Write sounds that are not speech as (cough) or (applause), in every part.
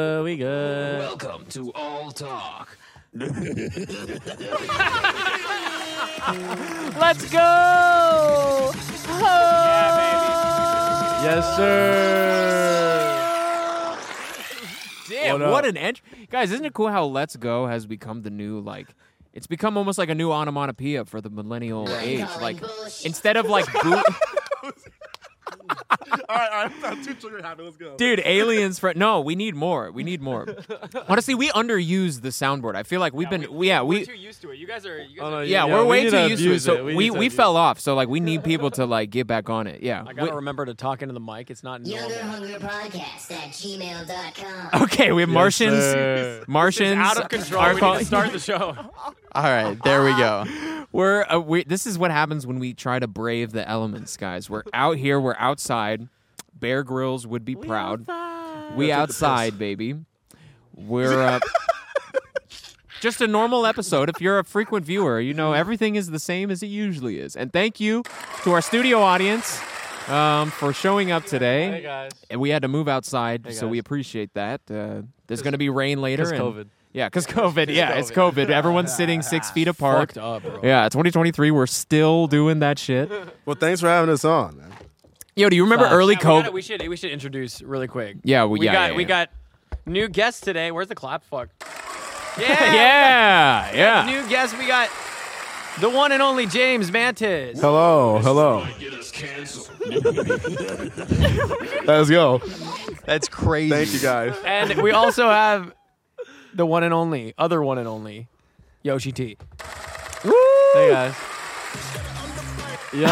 we good. Welcome to All (laughs) Talk. Let's go. Oh. Yes, sir. Damn, What up? what, an entry. Guys, isn't it cool how Let's Go has become the new, like, it's become almost like a new onomatopoeia for the millennial age. Like, instead of like, (laughs) boot, (laughs) all right, all right. I'm not too trigger happy. Let's go. dude, aliens for no, we need more. We need more. Honestly, we underuse the soundboard. I feel like we've been, yeah, We're we, too used to it. You guys are. You guys Oh, no, are yeah, Yeah, we're we way need too to used to it. abuse So it. we We we, need to abuse fell off. So like we need people to like get back on it. Yeah. I gotta We- remember to talk into the mic. It's not normal. Younger Hunger Podcast at (laughs) gmail.com. okay, we have Martians. sir. Martians Out of control. are We need call- to start the (laughs) show. All right, there we go. We're, uh, we this is what happens when we try to brave the elements, guys. We're out here. We're outside. Bear Grylls would be proud. We outside, baby. We're uh, (laughs) just a normal episode. If you're a frequent viewer, you know everything is the same as it usually is. And thank you to our studio audience um, for showing up today. Hey guys. And we had to move outside, Hey, so guys. we appreciate that. Uh, there's going to be rain later. 'cause and- COVID. Yeah, (laughs) because COVID. Yeah, it's COVID. Everyone's sitting six feet apart. Fucked up, bro. Yeah, 2023. We're still doing (laughs) that shit. Well, thanks for having us on. Man. Yo, do you remember early Yeah, we COVID? gotta- We should we should introduce really quick. Yeah, we- we yeah, got yeah, we yeah. got new guests today. Where's the clap? (laughs) Fuck. Yeah, (laughs) yeah, yeah. New guest. We got the one and only James Mantis. Hello, hello. Let's go. That's crazy. Thank you guys. And we also have the one and only, other one and only, Yoshi T. Hey guys. Yo.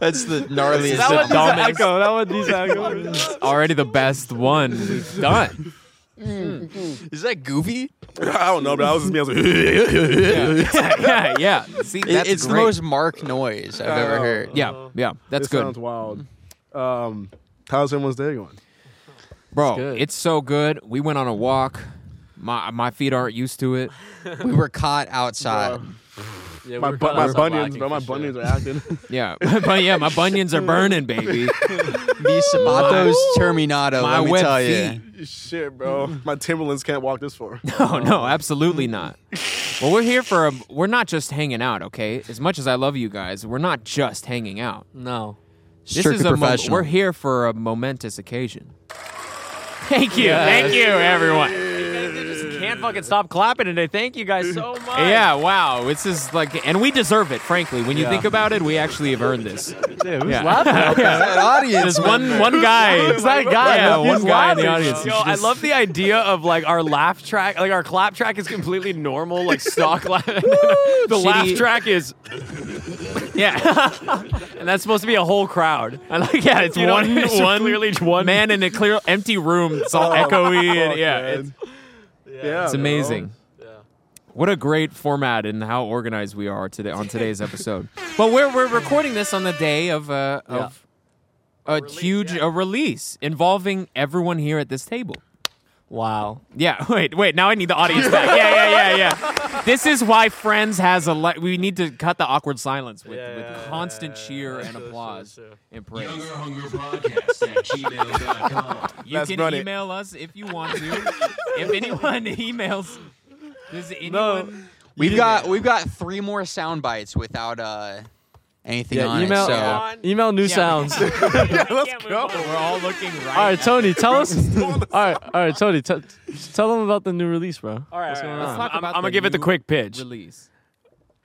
That's the gnarliest. That was- dumb- dumbest. echo. That was (laughs) these echo. Already the best one we've done. Is that goofy? (laughs) I don't know, but I was just being like, (laughs) yeah, yeah. See, It- that's it's great. the most Mark noise I've ever Oh. heard. Uh-huh. Yeah, yeah. That's this good, sounds wild. Um, how's everyone's day going? bro. It's, good. so good. We went on a walk. My my feet aren't used to it. We were caught outside. Yeah, My, bu- my bunions, bro. My bunions are acting. Yeah, (laughs) but yeah, my bunions are (laughs) burning, baby. The Sabatos Terminato. My let me web tell feet. (laughs) you. Shit, bro. My Timberlands can't walk this (laughs) far. Oh no, absolutely not. Well, we're here for a. We're not just hanging out, okay? As much as I love you guys, we're not just hanging out. No. This Strictly is a. Mo- professional. we're here for a momentous occasion. Thank you, thank you, (laughs) everyone. Can't fucking stop clapping today. Thank you guys so much. Yeah, wow. This is like, and we deserve it. Frankly, when you think about it, we actually have earned this. (laughs) Yeah. (laughs) That audience. There's one one guy. It's that guy. Yeah, He's one guy in the laughing. audience. Yo, I love the idea of like our laugh track. Like our clap track is completely normal, like stock laugh. (laughs) the laugh Shitty- track is, Yeah, and that's supposed to be a whole crowd. I (laughs) like. Yeah, it's You know, one it's one Oh, clearly one man in a clear empty room. It's (laughs) all echoey and yeah, it's, yeah, it's amazing. What a great format and how organized we are today on today's episode. but we're we're recording this on the day of uh, of a huge a release involving everyone here at this table. Wow. Yeah, (laughs) wait, wait. Now I need the audience back. Yeah, yeah, yeah, yeah. This is why Friends has a. Li- we need to cut the awkward silence with, with constant cheer and applause and praise. You Let's can run it. email us if you want to. if anyone (laughs) emails, does anyone? We've got we've got three more sound bites without uh anything on it. So email new sounds. let's go. We're all looking right. All right, Tony, tell us. (laughs) all right, all right, Tony, t- tell them about the new release, bro. All right, all right, Let's talk I'm, about I'm the gonna give it the new quick pitch. Release.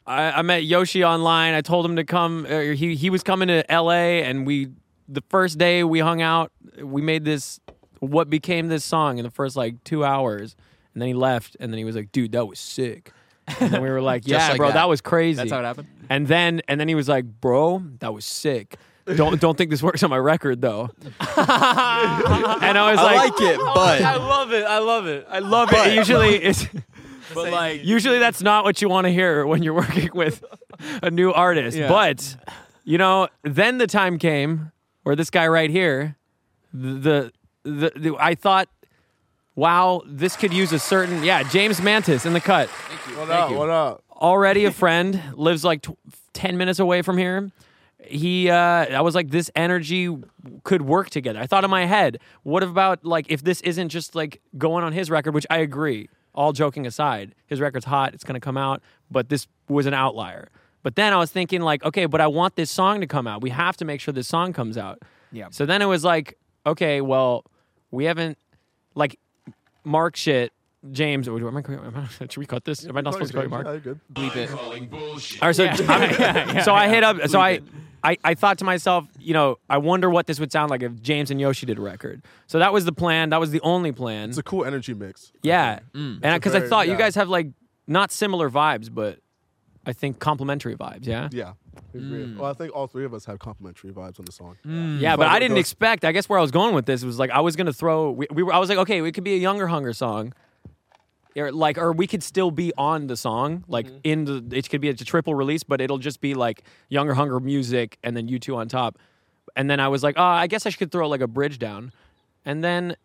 I, I met Yoshi online. I told him to come. Uh, he he was coming to L.A. and we the first day we hung out, we made this what became this song in the first like two hours, and then he left, and then he was like, "Dude, that was sick." And then we were like, Just "Yeah, like bro, that. that. was crazy." That's how it happened. And then and then he was like, "Bro, that was sick." Don't don't think this works on my record though. and I was I like, (laughs) like it, but love it. I love it. I love it. Usually it's but like (laughs) usually that's not what you want to hear when you're working with a new artist. But you know, then the time came where this guy right here, the the, the I thought Wow, this could use a certain yeah. James Mantis in the cut, What up? What up? already a friend, lives like tw- ten minutes away from here, he uh, I was like, this energy could work together. I thought in my head, what about like if this isn't just like going on his record, which I agree. All joking aside, his record's hot. It's gonna come out, but this was an outlier. But then I was thinking like, okay, but I want this song to come out. We have to make sure this song comes out. Yeah. So then it was like, okay, well, we haven't like Mark shit. James, am I, am I- (laughs) should we cut this? Am I not supposed to call you Mark? Yeah, good. bleep it. All right, so (laughs) I'm- so I hit up. So I, I I thought to myself, you know, I wonder what this would sound like if James and Yoshi did a record. So that was the plan. That was the only plan. It's a cool energy mix. yeah, and because I very- thought you yeah. guys have like not similar vibes, but I think complementary vibes. Yeah. Yeah. I agree. Well, I think all three of us have complimentary vibes on the song. Yeah, but But I it didn't goes- expect. I guess where I was going with this was like I was gonna throw. We, we were. I was like, okay, it could be a younger hunger song, or like, or we could still be on the song, like in the. It could be a triple release, but it'll just be like younger hunger music, and then you two on top. And then I was like, oh, I guess I should throw like a bridge down, and then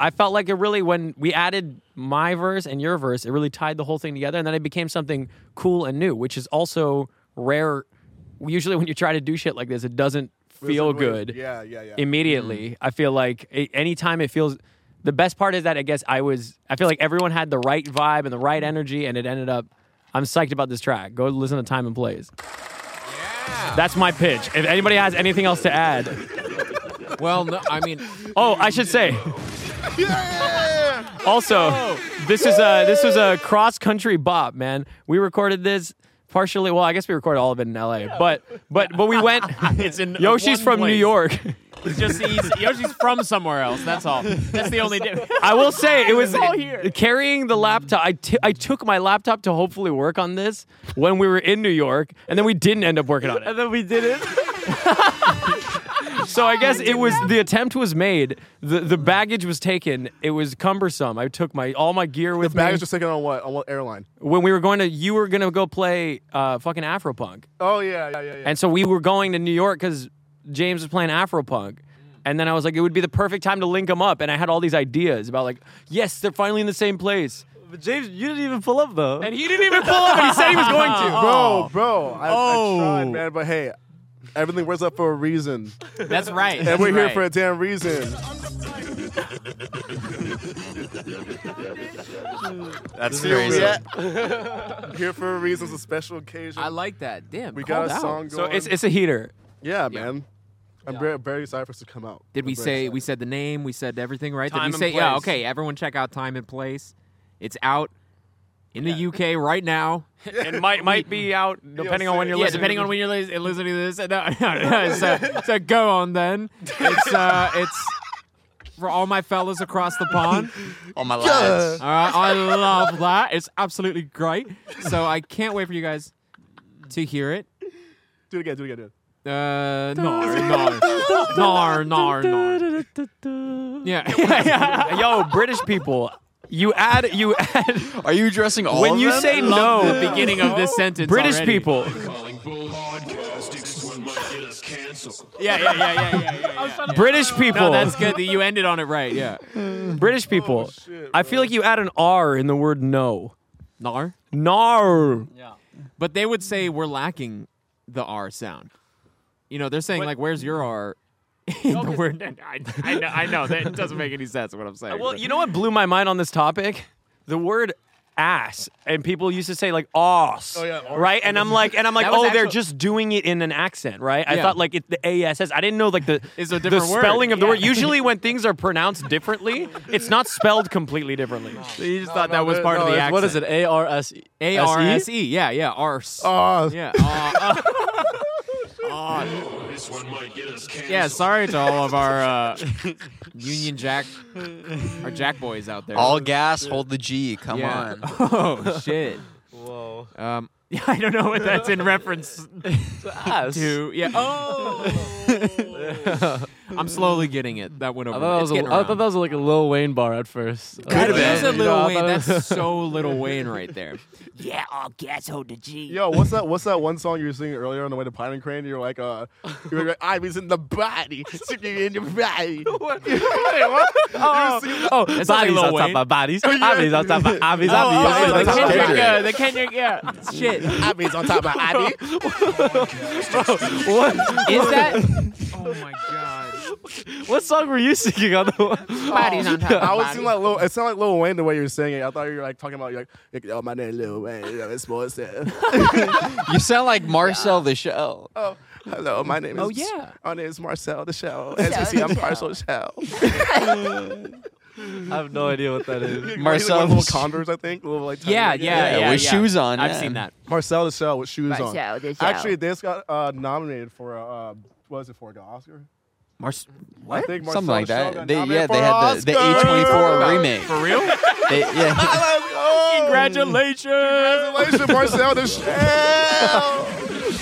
I felt like it really when we added my verse and your verse, it really tied the whole thing together, and then it became something cool and new, which is also rare. Usually, when you try to do shit like this, it doesn't feel It's like, good Yeah, yeah, yeah. immediately. Mm-hmm. I feel like a- anytime it feels the best part is that I guess I was I feel like everyone had the right vibe and the right energy and it ended up I'm psyched about this track. Go listen to Time and Plays. That's my pitch. If anybody has anything else to add. Well, no, I mean, Oh, I should say. also, this is a this was a cross country bop, man. We recorded this partially. Well, I guess we recorded all of it in L.A. But but but we (laughs) went. (laughs) It's in Yoshi's one from New place. York. It's just he's, Yoshi's from somewhere else. That's all. That's the only. Di- I will say it was all here. carrying the laptop. I, t- I took my laptop to hopefully work on this when we were in New York, and then we didn't end up working on (laughs) it. then we did it. So I guess it was the attempt was made. The the baggage was taken. It was cumbersome. I took my all my gear with me. Baggage just taken on what? On what airline? when we were going to, you were gonna go play uh, fucking Afropunk, Oh yeah, yeah, yeah, yeah. and so we were going to New York because James was playing Afropunk. And then I was like, it would be the perfect time to link them up. And I had all these ideas about like, yes, they're finally in the same place. But James, you didn't even pull up though. And he didn't even pull up. And he said he was going to. bro, bro. I, Oh. I tried, man, but hey, everything works up for a reason, (laughs) That's right. and we're here Right. for a damn reason. That's Here crazy. we at. here for a reason. It's a special occasion. I like that. Damn, we got called a out. song going. So it's it's a heater. yeah, man. I'm very, very excited for us to come out. Did we I'm very say excited. we said the name? We said everything right? Time Did we and say yeah? place. Okay, everyone, check out time and place. It's out in the UK right now. It might might be out depending on when you're yeah, listening. depending on when you're lis- listening to this. (laughs) No, no, (laughs) no. So, so go on then. It's uh, it's for all my fellas across the pond. All my lads. All right, I love that. It's absolutely great. So I can't wait for you guys to hear it. Do it again. Do it again. Do it. again. Uh, no, no, no, no, no. (laughs) Yeah, (laughs) Yo, British people, you add you (laughs) add Are you addressing all when of you them? say Love the no. beginning of this sentence. British (laughs) already. people, Yeah, yeah, yeah, yeah, yeah. yeah, yeah. British people, No, that's good. that You ended on it right. Yeah. British people. Oh, shit, I feel like you add an R in the word no. Nar. No. But they would say we're lacking the R sound. You know, they're saying like, "Where's your R?" (laughs) in the word. (laughs) I, I know. I know that doesn't make any sense. What I'm Uh, saying. Well, you know what blew my mind on this topic? The word ass and people used to say like ass oh, yeah, arse. right and i'm like and i'm like That oh was they're actual- just doing it in an accent right i Yeah. thought like it the ass i didn't know like the It's a the different word. spelling of the Yeah. word usually when things are pronounced differently it's not spelled completely differently you just thought no, that was no, part of no, the it's- accent. What is it? A R S A R S E. Yeah, yeah. Arse. Oh, Yeah. Uh, uh, yeah. Sorry to all of our uh, Union Jack, our Jack boys out there. (laughs) all gas, hold the G. Come Yeah. on. Oh shit. Whoa. Um, yeah, I don't know what that's in reference to. Yeah. Oh. I'm slowly getting it. That went over. my- I thought, it's that was a, getting I thought around. that was like a Lil Wayne bar at first. Could have been. That's a You little Wayne. That's so little Wayne right there. Yo, what's that? What's that one song you were singing earlier on the way to Pine and Crane? You're like, uh, you're like, I was in the body, sitting in (laughs) your body. (laughs) Wait, what? Oh, (laughs) Oh, That's not bodies like Lil on Wayne. top of (laughs) bodies. Bodies on top oh, of bodies. Bodies on oh, top of (laughs) Kendrick, bodies. uh, the Kendrick, yeah. (laughs) Shit. Is I was on top of Abby. that? Oh my god. What song were you singing on the Bodies on top. I was seem like Lil. It sounded like Lil Wayne the way you were singing. I thought you were like talking about like, like, oh, my name Lil Wayne. You know, it's (laughs) sports. there. You sound like Marcel the Shell. Uh, Oh, hello. My name is. Oh, yeah. My name is Marcel the Shell. As you see, I'm (laughs) partial shell. I have no idea what that is. (laughs) Marcel little the- Converse, I think. Little like. tiny Yeah, like- yeah, yeah. with yeah. shoes on, I've yeah. seen that. Marcel the Shell with shoes on. Marcel the Shell. Actually, this got uh, nominated for a. Uh, what was it for? An Oscar? Mars. I think Marcel Something like the Shell that. got They, yeah, nominated they for had the, the an Oscar. A24 remake. For real? They, yeah. Let's go. Congratulations. Congratulations, Marcel the Shell.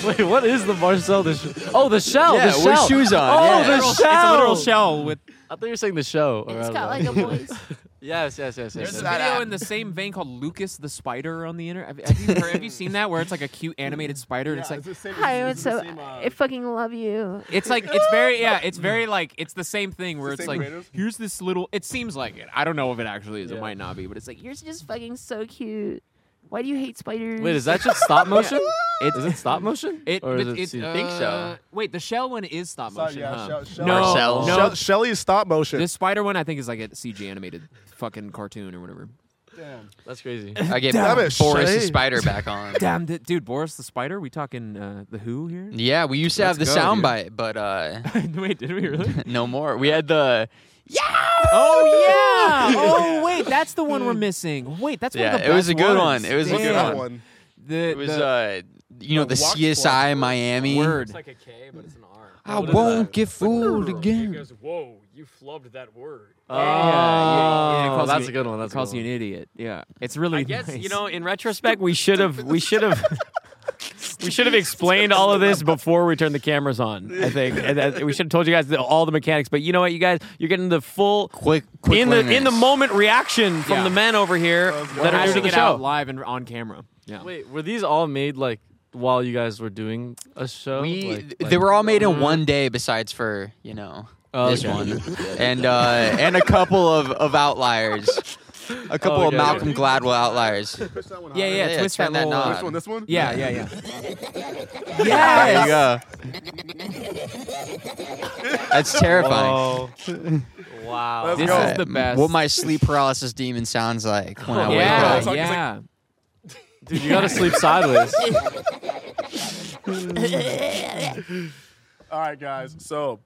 Wait, what is the Marcel the sh- Oh, the shell. Yeah, the with shell. shoes on, Oh, yeah. the Literal- It's a shell. literal shell with I thought you were saying the show. or It's I got don't like know. a voice. yes, yes, yes, yes. There's a yes. video in the same vein called Lucas the Spider on the internet. Have, have you, have you seen that? Where it's like a (laughs) cute animated spider, and it's like Hi, what's up? uh, I fucking love you. it's like it's very yeah, it's very like it's the same thing where It's it's, the same like creators? here's this little. It seems like it. I don't know if it actually is. It Yeah. might not be, but it's like You're just fucking so cute. Why do you hate spiders? Wait, is that just (laughs) stop motion? Is it stop motion? it. or is but it, it, C- uh, think so. Wait, the shell one is stop So, motion. yeah, huh? shell- shell- no, Marcel. no. Shell, Shelly is stop motion. The spider one I think is like a CG animated fucking cartoon or whatever. Damn. That's crazy. (laughs) I get Damn Boris it, the Shay. Spider back on. Damn, th- dude, Boris the Spider. We talking uh, the Who here? (laughs) Yeah, we used to Let's have the go, dude. soundbite, but uh, (laughs) Wait, did we really? no more. We had the (laughs) Oh yeah! Oh wait, that's the one we're missing. Wait, that's one Yeah, of the it was best a good ones. one. It was Damn. a Look at good that one. one. The, it was the uh, you know the the Watch CSI Miami. word. a K, but it's an R. I won't get fooled again. whoa, you flubbed that word. Oh, yeah, yeah, it calls that's you- a good one. That's That calls a you an good idiot. Yeah, it's really. I guess nice. you know. In retrospect, we should have. We should have. (laughs) We should have explained all of this before we turned the cameras on. I think And that- we should have told you guys the, all the mechanics. But you know what, you guys, you're getting the full Quick, quick in the in the learners. moment reaction from Yeah. the men over here that are new to Actually the get out show. live and on (laughs) camera. Yeah. one. Wait, were these all made like while you guys were doing a show? We Like- they like- were all made in one day, besides for you know Oh, this okay. (laughs) one and uh, and a couple of of outliers, a couple of Oh, okay. Malcolm Gladwell outliers. Push that one Yeah, higher. yeah. Yeah, twist turn that that little- knob. This one, this one? Uh, Yeah, yeah, yeah. There you go. That's terrifying. Oh. wow. Let's This go. is the best. What my sleep paralysis demon sounds like when I yeah, wake up. like- yeah. Dude, (laughs) you gotta sleep sideways. All right, guys. So,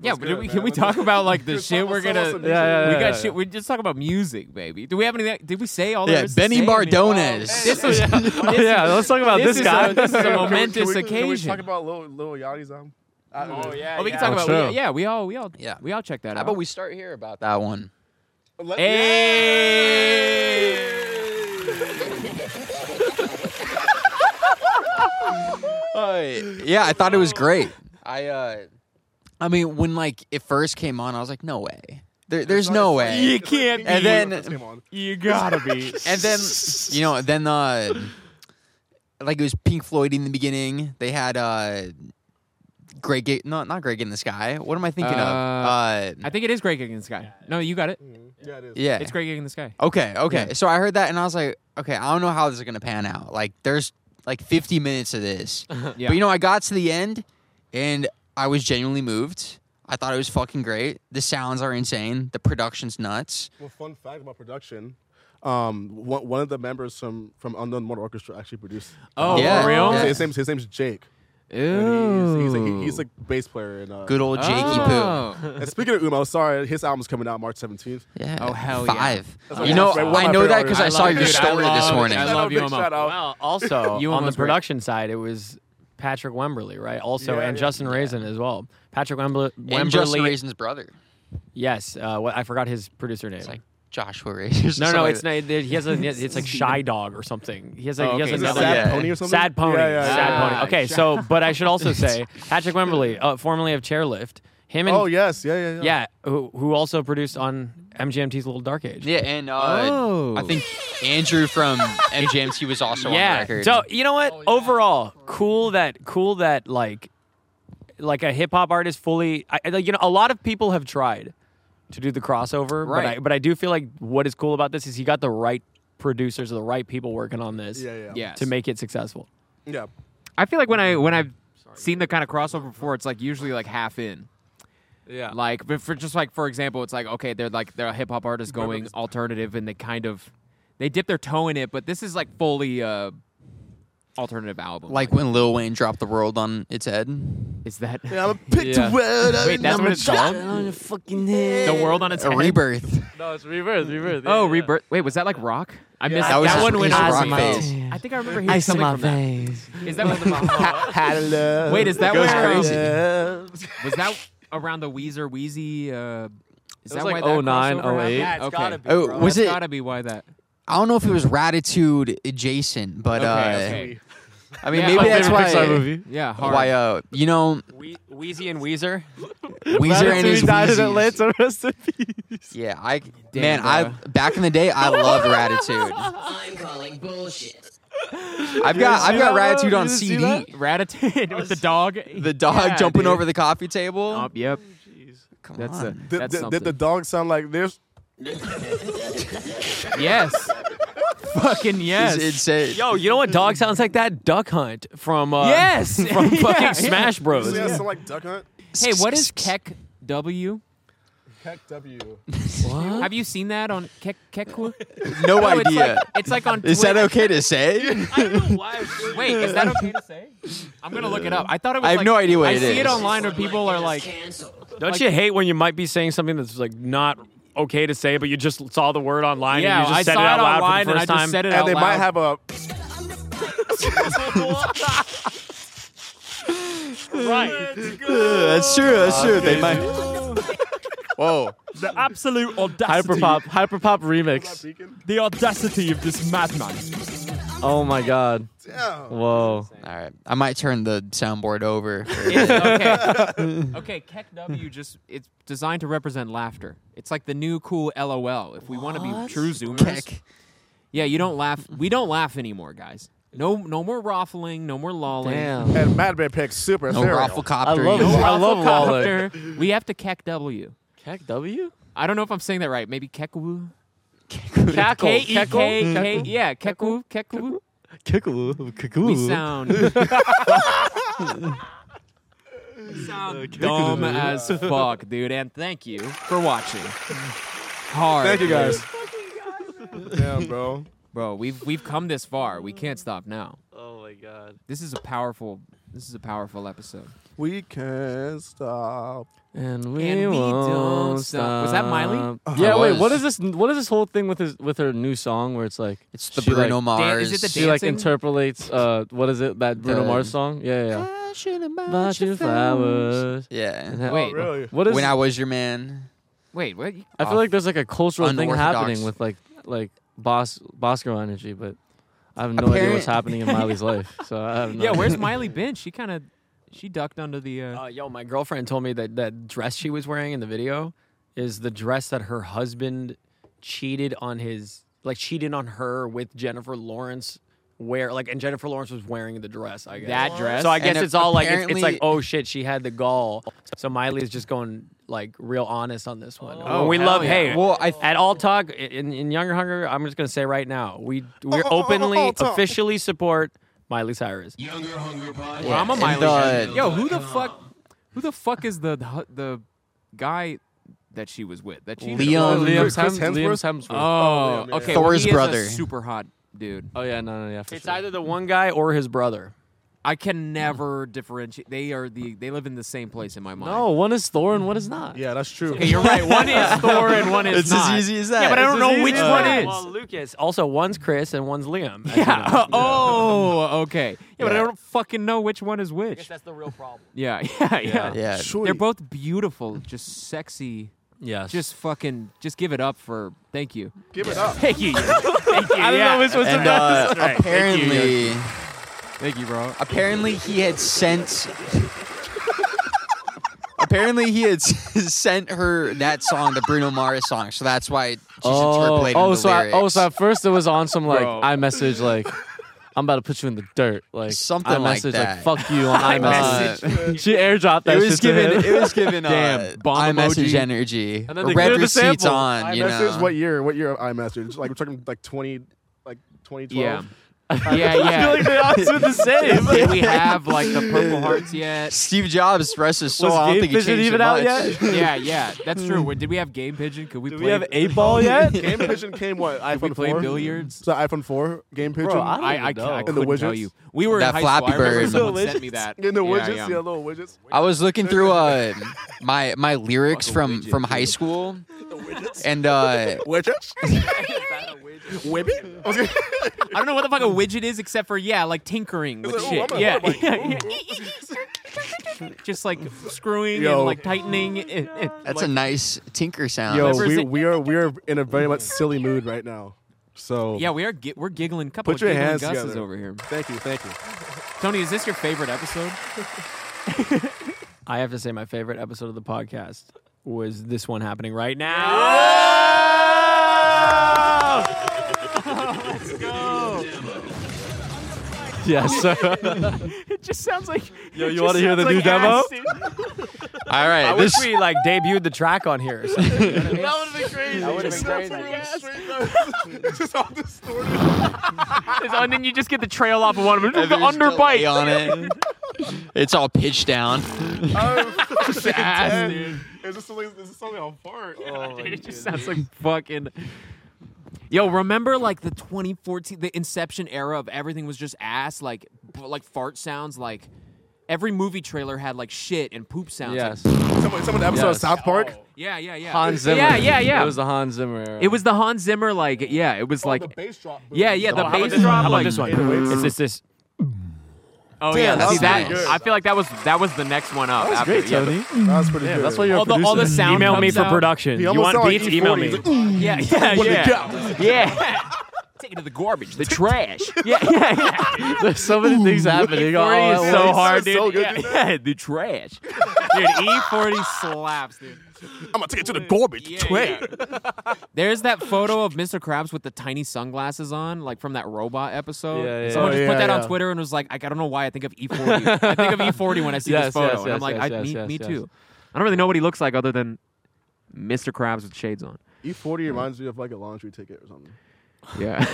Yeah, That's but good, we, man. can we Let's- talk about like the let's shit talk- we're let's talk gonna? about some Yeah, yeah, we yeah, got yeah. shit. We just talk about music, baby. Do we have any? Did we say all? there Yeah, is to Benny say? I mean- Bardones. This is Oh, yeah, let's talk about this this, is guy. a- this is a Can we- can momentous we- Can we occasion. talk about Lil, Lil Yachty's album? Oh, yeah. Oh, we can talk yeah. about True. we- yeah. We all we all Yeah. we all check that How out. about we start here about that one? Let, hey. yeah, I thought it was great. I uh I mean when like it first came on, I was like, no way. There, there's no way. You can't And then- (laughs) You gotta (laughs) be. and then you know then uh like it was pink floyd in the beginning they had uh greg Ga- no not greg in the sky what am i thinking of uh I think it is Great Gig in the Sky. No, you got it. Yeah, it is. yeah It's Great Gig in the Sky. okay okay so i heard that and i was like okay i don't know how this is gonna pan out like there's like 50 minutes of this Yeah. but you know i got to the end and i was genuinely moved i thought it was fucking great the sounds are insane the production's nuts Well, fun fact about production. Um, one, one of the members from, from Unknown Mortal Orchestra actually produced. Oh, Yeah. for real? Yeah. His, name's, his name's Jake. And he's, he's, a, he's a bass player. In, uh, good old jakey poo oh. And speaking of Umo, sorry, his album's coming out March 17th. yeah Oh, hell yeah. five Oh, you yeah. know Right, one of i my know that pre-orders. because i, I saw love- your dude, I story this love- morning I love you, Big Mo. shout out. Well, (laughs) also (laughs) You on the almost were- production side, it was Patrick Wemberly, right? Also, Yeah, and yeah. Justin Raisin as well. Patrick Wemble- and Justin Wemberly, Raisin's brother. yes. Uh, what I forgot his producer name. like Joshua Racers. or No, no, something it's like not. He has a. It's (laughs) like shy dog or something. He has a. Oh, He has okay. Is it another Sad Yeah. pony or something? Sad pony. Yeah, yeah, sad yeah. pony. Okay, (laughs) so but I should also say Patrick Wemberly, uh, formerly of Chairlift, him and Oh yes, yeah, yeah, yeah. yeah, who, who also produced on MGMT's Little Dark Age. that. Yeah, and uh, Oh. I think Andrew from MGMT was also on the Yeah. record. So you know what? Overall, cool that cool that like like a hip hop artist fully. I, I- like, you know, a lot of people have tried to do the crossover, Right. But I, but I do feel like what is cool about this is he got the right producers, the right people working on this yeah, yeah, Yes. to make it successful. yeah. I feel like when I when I've seen the kind of crossover before, it's like usually like half in. Yeah. Like, but for just like for example, it's like okay, they're like they're a hip hop artist going alternative, and they kind of they dip their toe in it, but this is like fully uh alternative album. like when Lil Wayne dropped the world on its head. is that Yeah, I'm a picture Yeah. world. wait? That's what it's called. On your fucking head. The world on its A head? rebirth. No, it's reverse, reverse. Oh, rebirth. Wait, was that like rock? I missed That that, was just one. When Ace I was Rock in my- phase. I think I remember hearing something from that. face. Is that one of the Hello. Wait, is that goes where um, crazy. was that around the Weezer Wheezy? Uh, is that was like why that 09, crossover happened? 08. Yeah, it's okay. be, Oh, bro. was That's it- Gotta be why that. I don't know if it was Ratitude adjacent, but uh, okay, okay. I mean Yeah, my maybe that's favorite why. Pixar movie. Yeah, hard. Why uh, you know, Wheezy and Weezer. Weezer and his died in Wheezies. Atlanta. Rest in peace. Yeah, I Damn, man, I bro. back in the day I loved Ratitude. I'm calling bullshit. I've got I've got that, bro? Ratitude You on didn't see CD. that? Ratatouille with the dog. The dog Yeah, jumping dude. over the coffee table. Um, yep. Come That's a, on. Did, that's did, something. did the dog sound like this? (laughs) yes. Fucking yes. It's insane. Yo, Oh, you know what dog sounds like that? Duck Hunt from uh, yes. (laughs) from Yeah, fucking (laughs) yeah. Smash Bros. Does it sound like Duck Hunt? Hey, what (laughs) is Keck W? Heck W. Have you seen that on Keck Keku? (laughs) No No, it's idea. like, it's like on. (laughs) is that Twitter. okay to (laughs) say? Wait, is that okay to say? I'm gonna look it up. I thought it was. I have like- no idea what I it see is. it online where people are like, Don't Like- you hate when you might be saying something that's like not okay to say, but you just saw the word online "Yeah, and you just I said saw it out loud online for the and I first just time? said it out And they loud." might have a. right. (laughs) that's true. That's true. (laughs) They might. Whoa. The absolute audacity, Hyperpop, (laughs) hyperpop remix. the audacity of this madman. Oh my god. Damn. Whoa. All right. I might turn the soundboard (laughs) over. for- okay. (laughs) okay, Keck W just it's designed to represent laughter. It's like the new cool LOL. If we want to be true zoomers. Keck. Yeah, you don't laugh. We don't laugh anymore, guys. No no more raffling, no more lolling. Damn. And Mad Man picks super No cereal. raffle I copter. love, you- I love Wallach. Rafflecopter. We have to Keck W. Keck W? I don't know if I'm saying that right. Maybe Kekwu. Cackle. K E K Cackle. K. Yeah, Kekwu. Kekwu. Kickaloo. We Kickaloo. (laughs) sound. We sound dumb as fuck, dude. And thank you for watching. Hard. Thank you dude. guys. Damn, bro. bro. We've we've come this far. We can't stop now. Oh my god. This is a powerful. This is a powerful episode. We can't stop. And we, And we won't don't stop. Was that Miley? stop. Uh-huh. Yeah, It wait. was. What is this? What is this whole thing with his with her new song where it's like It's the she, Bruno Dan- like, Mars. is it the She like dancing? interpolates. Uh, what is it? That Bruno The- Mars song? Yeah, yeah. yeah. Bought you flowers. And Yeah. that- Wait. Really? What is? When I was your man. Wait, what? You- I feel like there's like a cultural thing Unorthodox. happening with like like Bos Bosco energy, but I have no idea Apparent- what's happening in Miley's life. So I have no Yeah, (laughs) idea. where's Miley been? She kind of, she ducked under the. Uh, Uh, yo, my girlfriend told me that that dress she was wearing in the video is the dress that her husband cheated on his, like cheated on her with Jennifer Lawrence. Wear like and Jennifer Lawrence was wearing the dress. I guess That dress? So I And guess a- it's all like it's, it's like apparently- oh shit, she had the gall. So Miley's just going like real honest on this one. Oh, we hell love yeah. hey Well, I at all talk in, in younger hunger. I'm just gonna say right now we we Oh, oh, oh, oh, openly All Talk. officially support Miley Cyrus. well, I'm a and Miley. the- fan. Yo, who the fuck? Who the fuck is the the, the guy that she was with? That she Liam- Liam's Chris Oh, Hems- Liam's Hemsworth? Oh, Liam, yeah. okay. Thor's well, he is a brother. super hot dude. Oh yeah, no, no, yeah. For It's sure. either the one guy or his brother. I can never differentiate. They are the. They live in the same place in my mind. no one is Thor and one is not. Yeah, that's true. Okay, you're right. One (laughs) is Thor and one is It's not. as easy as that. Yeah, but I It's don't as know easy which as one that. is. Well, Lucas. Also, one's Chris and one's Liam. Yeah. (laughs) Oh, okay. Yeah, but I Yeah. don't fucking know which one is which. (laughs) that's the real problem. Yeah, yeah, yeah. Yeah. Sweet. They're both beautiful, just sexy Yes. Just fucking, just give it up for thank you. Give it up. Thank you. (laughs) Thank you. (laughs) I don't yeah. know if it's supposed (laughs) And to. uh, Right, thank you. apparently, Thank you, bro. apparently he had sent. (laughs) apparently he had s- (laughs) sent her that song, the Bruno Mars song. So that's why she's Oh, interpolating oh, the so I, lyrics. oh, so at first it was on some like Bro. iMessage like (laughs) I'm about to put you in the dirt, like Something like iMessage, that. fuck (laughs) you on iMessage. she airdropped that it shit was to given. him. It was given. Damn, uh, bomb iMessage emoji. energy. And then they Red cleared the receipts sample. on. You iMessage, know. what year? What year of iMessage? Like we're talking like twenty, like twenty Yeah. twelve. (laughs) Yeah, yeah. (laughs) Did we have like the Purple Hearts yet? Steve Jobs rest his soul. I don't Game think he Vision changed even it out much. (laughs) yet? Yeah, yeah. That's true. Wait, Did we have Game Pigeon? Could we Do play? we have eight Oh, ball yet? Game Pigeon came what? iPhone Could we play four. billiards? Is that iPhone four? Game Pigeon. Bro, I don't I, even I, know. ca- I And the couldn't tell widgets? you. We were That in high Flappy school. I remember Bird. someone The sent me that. in the Yeah, widgets, yeah. (laughs) yeah, little widgets. I was looking through uh, my my lyrics Fuck a from widget, from high dude. (laughs) school, and uh, Widgets? (laughs) Whippy? I was gonna- I don't know what the fuck a widget is, except for yeah, like tinkering with like, "Oh, "Ooh, shit. I'm a yeah, motorbike." yeah, (laughs) yeah. just like screwing Yo. and like Oh tightening. And, and, that's a like, nice tinker sound. Yo, Whatever is we, it- we are we are in a very much silly mood right now. So yeah, we are gi- we're giggling. Couple of Put your giggling hands gusses together. over here. thank you, thank you. Tony, is this your favorite episode? I have to say, my favorite episode of the podcast was this one happening right now. (laughs) Yes. It just sounds like. Yo, you wanna hear the new demo? All right, I wish this we like debuted the track on (laughs) here. or something. (laughs) It's just all distorted. and then you just get the trail off of one of them. there's The underbite. delay on it. It's all pitched down. Ass, dude. It's just something. It's just something on fart. (laughs) It just sounds like Fucking. Yo, remember like the 2014, the Inception era of everything was just ass, like b- like fart sounds, like every movie trailer had like shit and poop sounds. like- yes. Someone, someone episode of Yes. South Park. yeah, yeah, yeah. Hans Zimmer. Yeah, yeah, yeah. It was the Hans Zimmer era. It was the Hans Zimmer, like yeah, it was like the bass drop. boom. yeah, yeah, the how about bass this one? drop. How about like, this one? Anyways. Is this this? Oh Damn, yeah, that see was that. nice. I feel like that was that was the next one up. That's after, great, yeah, Tony. That was pretty good. That's why you're All a the, producer. all the sound. Email me comes for out. production. He You almost want sound like beats? E40. Email me. He's like, "Mm, Yeah, yeah, what a yeah. cow." (laughs) yeah. Take it to the garbage, the trash. Yeah, yeah, (laughs) yeah. (laughs) There's so many things happening. all E40 at is so once. hard, dude. It's so good, yeah, dude. yeah, (laughs) the trash. Dude, E40 slaps, dude. I'm gonna take it to the garbage. Yeah, Twig. (laughs) yeah. There's that photo of Mr. Krabs with the tiny sunglasses on, like from that robot episode. Yeah, yeah. Someone Oh, just put yeah, that on yeah. Twitter and was like, like, I don't know why I think of E40. I think of E40 when I see Yes, this photo. yes, and I'm yes, like, I, yes, yes, me, yes, me yes. too. I don't really know what he looks like other than Mr. Krabs with shades on. E40 E reminds me of like a laundry ticket or something, (laughs) Yeah.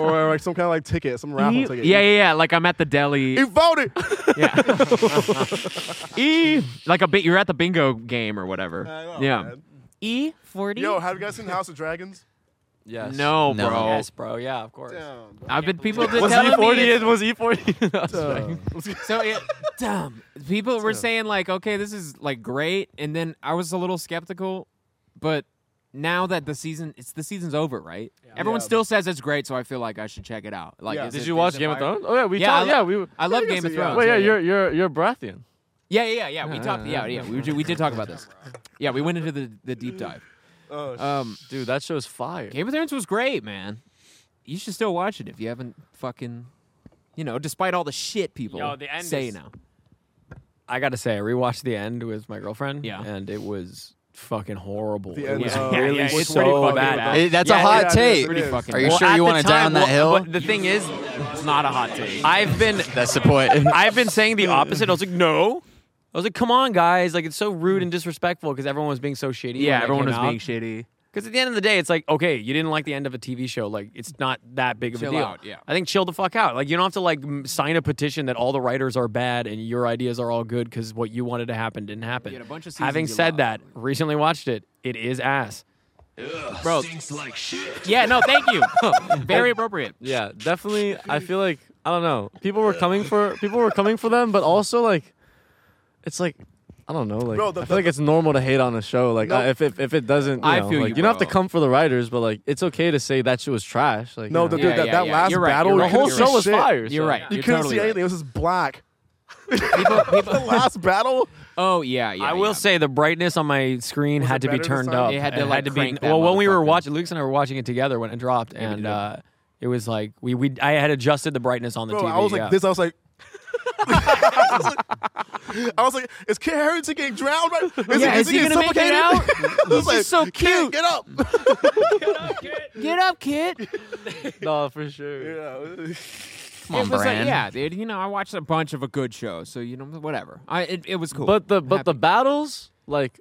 or like some kind of like E ticket, some raffle yeah, ticket. E E yeah, yeah. Like I'm at the deli. You voted. Yeah. e like a bit. You're at the bingo game or whatever. yeah. E forty. Yo, have you guys seen House of Dragons? Yes. no, No. bro. Yes, bro. Yeah, of course. Damn. uh, I've been people have been Was E telling E40 me. in? Was E40? That's right. (laughs) it's- So it, dumb. People were saying like, okay, this is like great, and then I was a little skeptical, but now that the season, it's the season's over, right? Everyone Yeah. still says it's great, so I feel like I should check it out. Like, Yeah. is Did it- you is watch it Game of fire? Thrones? Oh yeah, we Yeah, I talked. lo- yeah, we. I love Yeah, Game I of guess it- yeah. Thrones. Wait, yeah, yeah. you're you're you're Baratheon. Yeah, yeah, yeah, yeah. We Yeah, (laughs) talked. yeah, Yeah, yeah. We, we did talk about this. Yeah, we went into the, the deep dive. Oh, Um, Dude, that show's fire. Game of Thrones was great, man. You should still watch it if you haven't fucking, you know, despite all the shit people Yo, the end say is- now. I gotta say, I rewatched the end with my girlfriend. Yeah. and it was fucking horrible. The It end was is- Yeah, really yeah, so it's pretty fucking bad. bad. It- that's Yeah, a it hot is, it take. is. Fucking. Are you Well, sure at you the want to die time, on that well, hill? but the thing is, It's not a hot take. I've been That's the point. I've been saying the opposite. I was like, no. I was like, come on, guys! Like it's so rude and disrespectful because everyone was being so shitty. yeah, everyone was being shitty. Because at the end of the day, it's like, okay, you didn't like the end of a TV show. Like it's not that big of Chill a deal. out, yeah. I think chill the fuck out. Like you don't have to like m- sign a petition that all the writers are bad and your ideas are all good because what you wanted to happen didn't happen. You had a bunch of seasons Having you said loved. that, recently watched it. It is ass. Bro, stinks like shit. Yeah, no, (laughs) thank you. Very appropriate. Yeah, definitely. I feel like I don't know. People were coming for people were coming for them, but also like, it's like I don't know. Like Bro, the- I feel like it's normal to hate on a show. Like No. uh, if, if if it doesn't, you I know, feel like, you, you don't have to bro. come for the writers, but like it's okay to say that shit was trash. Like No, you the know? dude, Yeah, that, yeah, that yeah. last You're right, battle, you're you right, the whole couldn't you're show see was shit. fire. You're so- right. You You're couldn't totally see right. anything. It was just black. (laughs) the last battle. Oh yeah, yeah. I will yeah. say the brightness on my screen Was had to it be better this turned time? up. It had to, like, crank that well when we were motherfucker. watching Luke's and I were watching it together when it dropped and uh, it was like we, we I had adjusted the brightness on the Bro, TV. I was like yeah. this. I was like. (laughs) I was like- I was like, "Is Kit Harrington getting drowned? Right? Is Yeah, is he getting gonna make it suffocated?" (laughs) I was like, just so "Kit, cute." Get (laughs) up! Get up, kid. no, for sure. yeah. Come on, it was like, Bran. yeah, dude. You know, I watched a bunch of a good show, so you know, whatever. I it, it was cool. But the but the battles like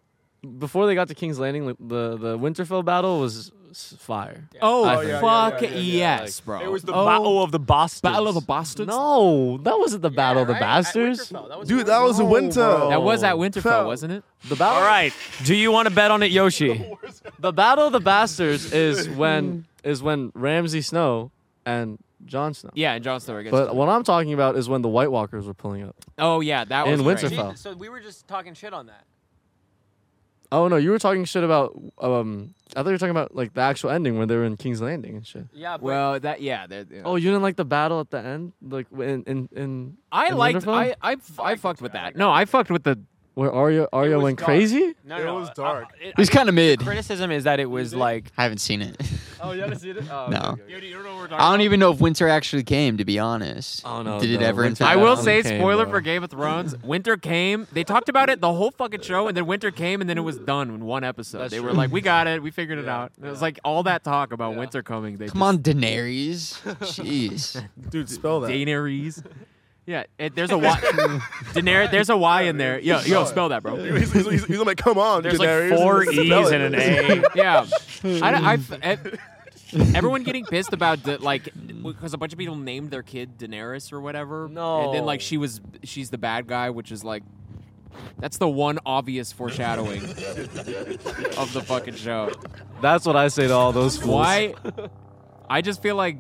before they got to King's Landing, like, the the Winterfell battle was s- fire. oh, I- yeah, fuck yeah, yeah, yeah, yes, like- bro. it was the Oh, battle of the bastards. Battle of the Bastards. No, that wasn't the Battle of the Bastards. Dude, that was winter. that (laughs) was at Winterfell, wasn't it? The battle. All right. Do you want to bet on it, Yoshi? The Battle of the (laughs) Bastards is Mm. when is when Ramsay Snow and Jon Snow. (laughs) Yeah, and Jon Snow against. But what I'm talking about is when the White Walkers were pulling up. oh yeah, that In was great. Winterfell. So we were just talking shit on that. Oh no, you were talking shit about um. I thought you were talking about like the actual ending when they were in King's Landing and shit. Yeah, but Well, that yeah. that- yeah. Oh, you didn't like the battle at the end, like in in in. I in liked. Winterfell? I I, I, fucked with that. No, I fucked with the. where Arya Arya went crazy. no, It was dark. I- I- It was kind of mid. criticism is that it was like I haven't seen it. Oh, you haven't seen it. Oh, No. I don't even know if winter actually came, to be honest. Oh, no, Did it no, ever winter- enter? I that will zone? say, came, spoiler bro. for Game of Thrones, winter came. They talked about it the whole fucking show, and then winter came, and then it was done in one episode. That's they true. were like, "We got it. We figured it out." And It was like all that talk about winter coming. They Come on, Daenerys. Jeez. Dude, spell that. Daenerys. (laughs) Yeah, it, there's a (laughs) y. Daenerys, there's a y in there. Yo, yo, spell that, bro. (laughs) he's, he's, he's, he's like, come on, there's Daenerys. like four Spell E's it. and an A. (laughs) Yeah, I, I- ev- everyone getting pissed about the, like because a bunch of people named their kid Daenerys or whatever. and then like No. she was she's the bad guy, which is like that's the one obvious foreshadowing of the fucking show. That's what I say to all those fools. Why? I just feel like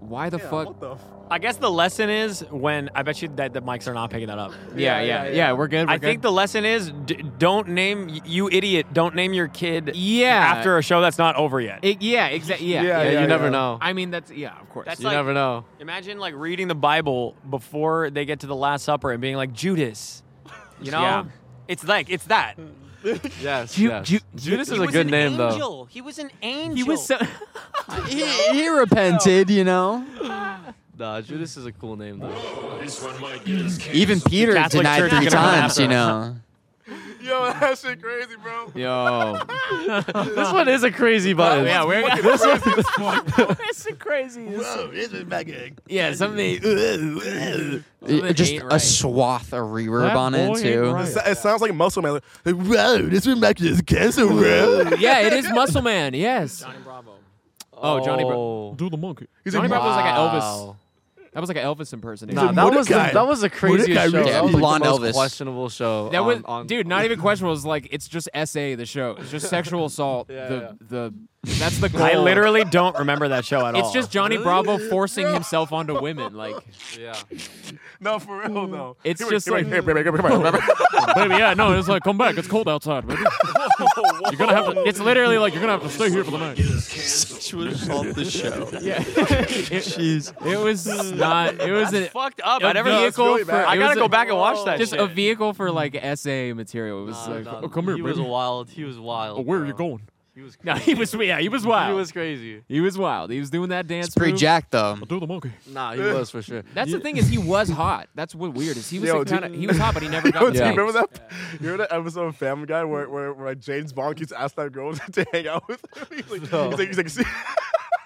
why the fuck? What the f- I guess the lesson is when I bet you that the mics are not picking that up. yeah, yeah, yeah, We're good. We're I think good. the lesson is d- don't name y- you idiot. Don't name your kid yeah after a show that's not over yet. it, yeah exactly yeah, Yeah, Yeah, yeah, you never yeah. know. I mean that's yeah of course That's you like- never know. Imagine like reading the Bible before they get to the Last Supper and being like Judas. You know, Yeah. it's like it's that. Yes. Ju- yes. Ju- Judas He is a was good an name though. angel. He was an angel. he was so. (laughs) he, he repented, you know? Nah, Judas is a cool name though. Even Peter Catholic denied Church three is gonna come times, after us. you know? Yo, (laughs) that shit crazy, bro. Yo, this one is a crazy button. yeah, we're this one. Whoa, this is back in. yeah. (laughs) Something Something Just ain't a right. swath of reverb That on boy it, ain't too. right. It, sounds like Muscle Man. Like, whoa, this went back to this (laughs) castle, bro. yeah, it is Muscle Man. Yes. Johnny Bravo. Oh, Johnny Bravo. Bravo. Do the monkey. He's Johnny like, Bravo was like an Elvis. Wow. That was like an Elvis impersonation. Nah, that was the, Mordecai. that was the craziest Mordecai show. really- That was, like, Blonde the most Elvis. questionable show. that on, was on, dude. Not even questionable. It's like it's just SA the show. It's just sexual assault. the the that's the goal. I literally don't remember that show at all. It's just Johnny Bravo forcing (laughs) himself onto women. Like Yeah. No, for real, no. It's He went- just he went, like- "Hey, baby, come here, come here." baby, yeah, no, it's like come back. It's cold outside, (laughs) baby. You're gonna have to. It's literally like you're gonna have to stay here for the night. Jeez. (laughs) It was not. It was an fucked up. a I never. vehicle really for- bad. it I was gotta a- go back and watch that. Just shit. a vehicle for like SA material. It was like, oh, come here, he was baby. wild. He was wild. Oh, where are bro. you going? He was. No, he was. Yeah, he was wild. He was crazy. He was wild. He was doing that dance. It's pretty move. jacked, though. Do the monkey. Nah, he was for (laughs) sure. That's the thing is he was hot. That's what weird is. He was Yo, like, dude. kind of he was hot, but he (laughs) never Yo, got. do the you Yeah. remember that? You remember that episode of Family Guy where where, where like James Bond keeps asking that girl (laughs) to hang out with him? (laughs) He's like, he's like, he's (laughs) like, see,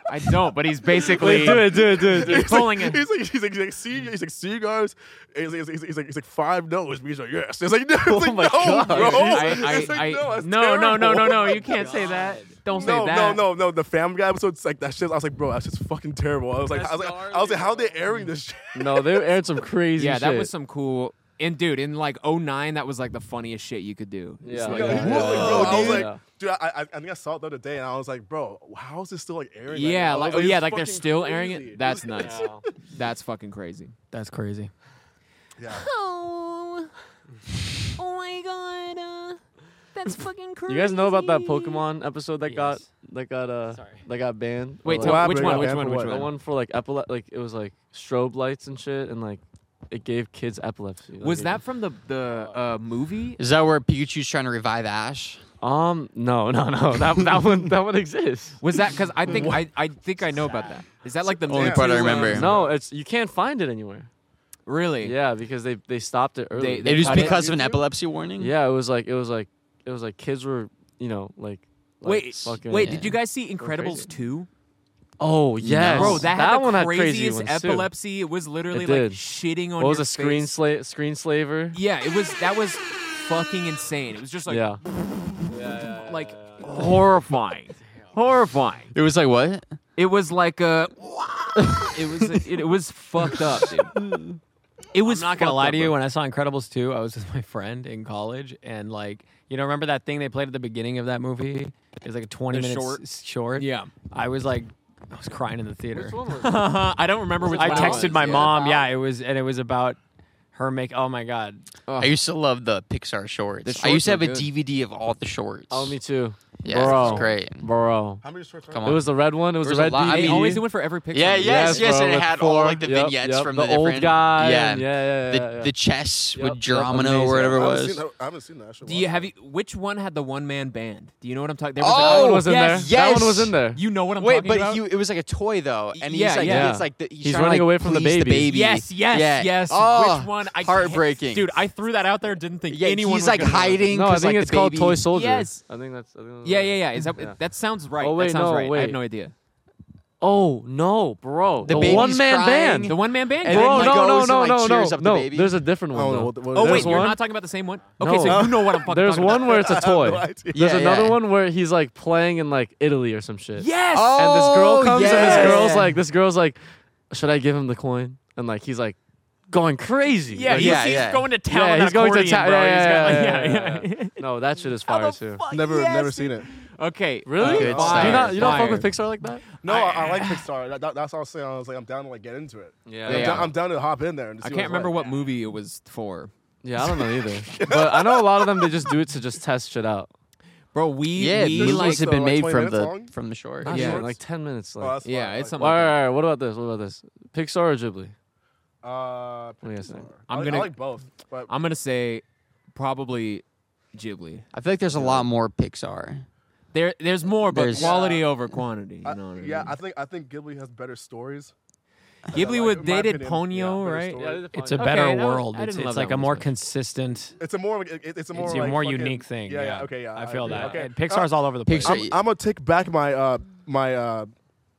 I don't, but he's basically it, do it, do it, do he's pulling he's it. like, he's like, he's like, see, he's like, see, you guys. And He's like, he's like, he's like, he's like five no, which means like yes. It's like, (laughs) no, it's like, my no, (laughs) God. bro. Oh I, It's I, like, I, no, that's no, no, no, no, terrible. no. You (laughs) can't say that. Don't say No, that. no, no, no. The Family Guy episode, it's like that shit. I was like, bro, that's just fucking terrible. I was like, I was like, I was like, how are they airing this shit? No, they aired some crazy Yeah, shit. that was some cool. And dude, in like 09, that was like the funniest shit you could do. It's Yeah. like, Yo, Yeah. it was like, bro, I was Yeah. like, dude, I, I, I think I saw it the other day, and I was like, bro, how is this still like airing? right Yeah, now? I was like, oh, yeah, it's like they're fucking still airing crazy. it. (laughs) That's nuts. That's fucking crazy. That's crazy. yeah. Oh. Oh my god. Uh, that's fucking crazy. You guys know about that Pokemon episode that got Yes. that got uh that got banned? Or, Wait, like, tell, Wow, which bro, one? yeah, Which man, one? for Which what? the one? one for like epile like it was like strobe lights and shit and like it gave kids epilepsy. Like, Was it- that from the the uh, movie? Is that where Pikachu's trying to revive Ash? Um, no, (laughs) no, no. That that one that one exists. (laughs) Was that because I think I, I think I know about that. Is that like the Only Mewtwo, part I um, remember. No, it's you can't find it anywhere. Really? Yeah, because they they stopped it early. They it was cut it? because of an epilepsy warning. yeah, it was like it was like it was like kids were you know like. like Wait, fucking- wait. yeah. Did you guys see Incredibles crazy. two? Oh yes, Bro, that, had the one had crazy craziest ones Too. epilepsy. It was literally It like did. shitting on. What was your a screen face. sla- screen slaver? Yeah, it was. That was fucking insane. It was just like yeah. like horrifying. horrifying. It was like what? it was like a. It was it, it was fucked up, dude. It was I'm not gonna fucked lie up, to you. bro. When I saw Incredibles 2, I was with my (laughs) friend in college, and like, you know, remember that thing they played at the beginning of that movie? It was like a 20 The minute short? s- short. Yeah. I was like, I was crying in the theater. (laughs) I don't remember which I one it was. texted my Yeah. mom. Yeah, it was, and it was about her make. Oh my god, I used to love the Pixar shorts. The I used to have shorts a were good. DVD of all the shorts. Oh, me too. yeah, it bro. was great. Bro, How many shorts are Come it on. was the red one. It was There's the a red E? lot- DVD. I They mean, always do it for every picture. Yeah, yes, yes, bro, and it with had all four- like the yep, vignettes yep, from the, the, old different- guy. Yeah, and- yeah, yeah, yeah, the yeah. the chess Yep, with yep, Dromino amazing. or whatever it I haven't was. seen that- I haven't seen that. I should Do watch you it. have you? Which one had the one man band? Do you know what I'm talking? There Oh, that one was in yes, there. That yes. one was in there. You know what I'm Wait, talking but about? he, it was like a toy though, and he's Yeah, like, yeah. it's like the, he's, He's trying to, running like, away from the please baby. Yes, yes, Yeah. yes. Oh, Which one? I heartbreaking, dude. I threw that out there. Didn't think yeah, anyone. he's was like gonna know. hiding. No, I 'cause, think like, it's the called baby- Toy Soldier. Yes. I think that's. I think that's Yeah, yeah, yeah. Is that Yeah. that sounds right? Oh, wait, that sounds no, right. I have wait. no idea. Oh no, bro! The The, baby's one man crying. band. The one man band. And guy. then bro, he no, goes no, and, no, like, no, cheers no, up the no. baby. There's a different I one. don't know though. what- what- Oh there's wait, you're one- not talking about the same one. Okay, No. so (laughs) you know what I'm fucking. There's talking one About. where it's (laughs) a I have no toy. idea. There's Yeah, another yeah. one where he's like playing in like Italy or some shit. Yes. Oh, And this girl comes and yes. this girl's like, this girl's like, should I give him the coin? And like he's like going crazy. Yeah, Like, he's, Yeah, he's yeah. going to town. yeah, on he's going to accordion, town. bro. Yeah, He's got, like, yeah, yeah, yeah, yeah, yeah. yeah. No, that shit is fire too. Never, never seen it. Okay. Really? Good Wow. Do stuff. you not, you don't fuck Fire. with Pixar like that? No, I, I like Pixar. That, that, that's all I was saying. I was like, I'm down to like get into it. Yeah. I'm, Yeah. down, I'm down to hop in there. And I see can't it's remember like. what movie it was for. Yeah, I don't know either. but I know a lot of them they just do it to just test shit out. Bro, we Yeah, we movies like like, have been uh, made 20 from minutes the long? from the short. Not Yeah. short, like ten minutes. Oh, Like. that's Yeah, fine. it's Like, something. all right, all right. What about this? What about this? Pixar or Ghibli? Uh, What do you guys think? Oh, I'm I, gonna- I like both, but I'm gonna say probably Ghibli. I feel like there's a lot more Pixar. There, there's more, but There's- quality over quantity. You Uh, know I, what I mean? yeah, I think I think Ghibli has better stories. Ghibli like, with in they my did opinion, Ponyo, yeah, better right? story. it's a Okay, better that was- world. I it's didn't it's love like that a one more as much. consistent. It's a more. It, it's a more. It's a like, more fucking- unique thing. Yeah, yeah. Okay, yeah. I feel agree. that. Okay. And Pixar's Uh, all over the place. Pixar- I'm, I'm gonna take back my uh my uh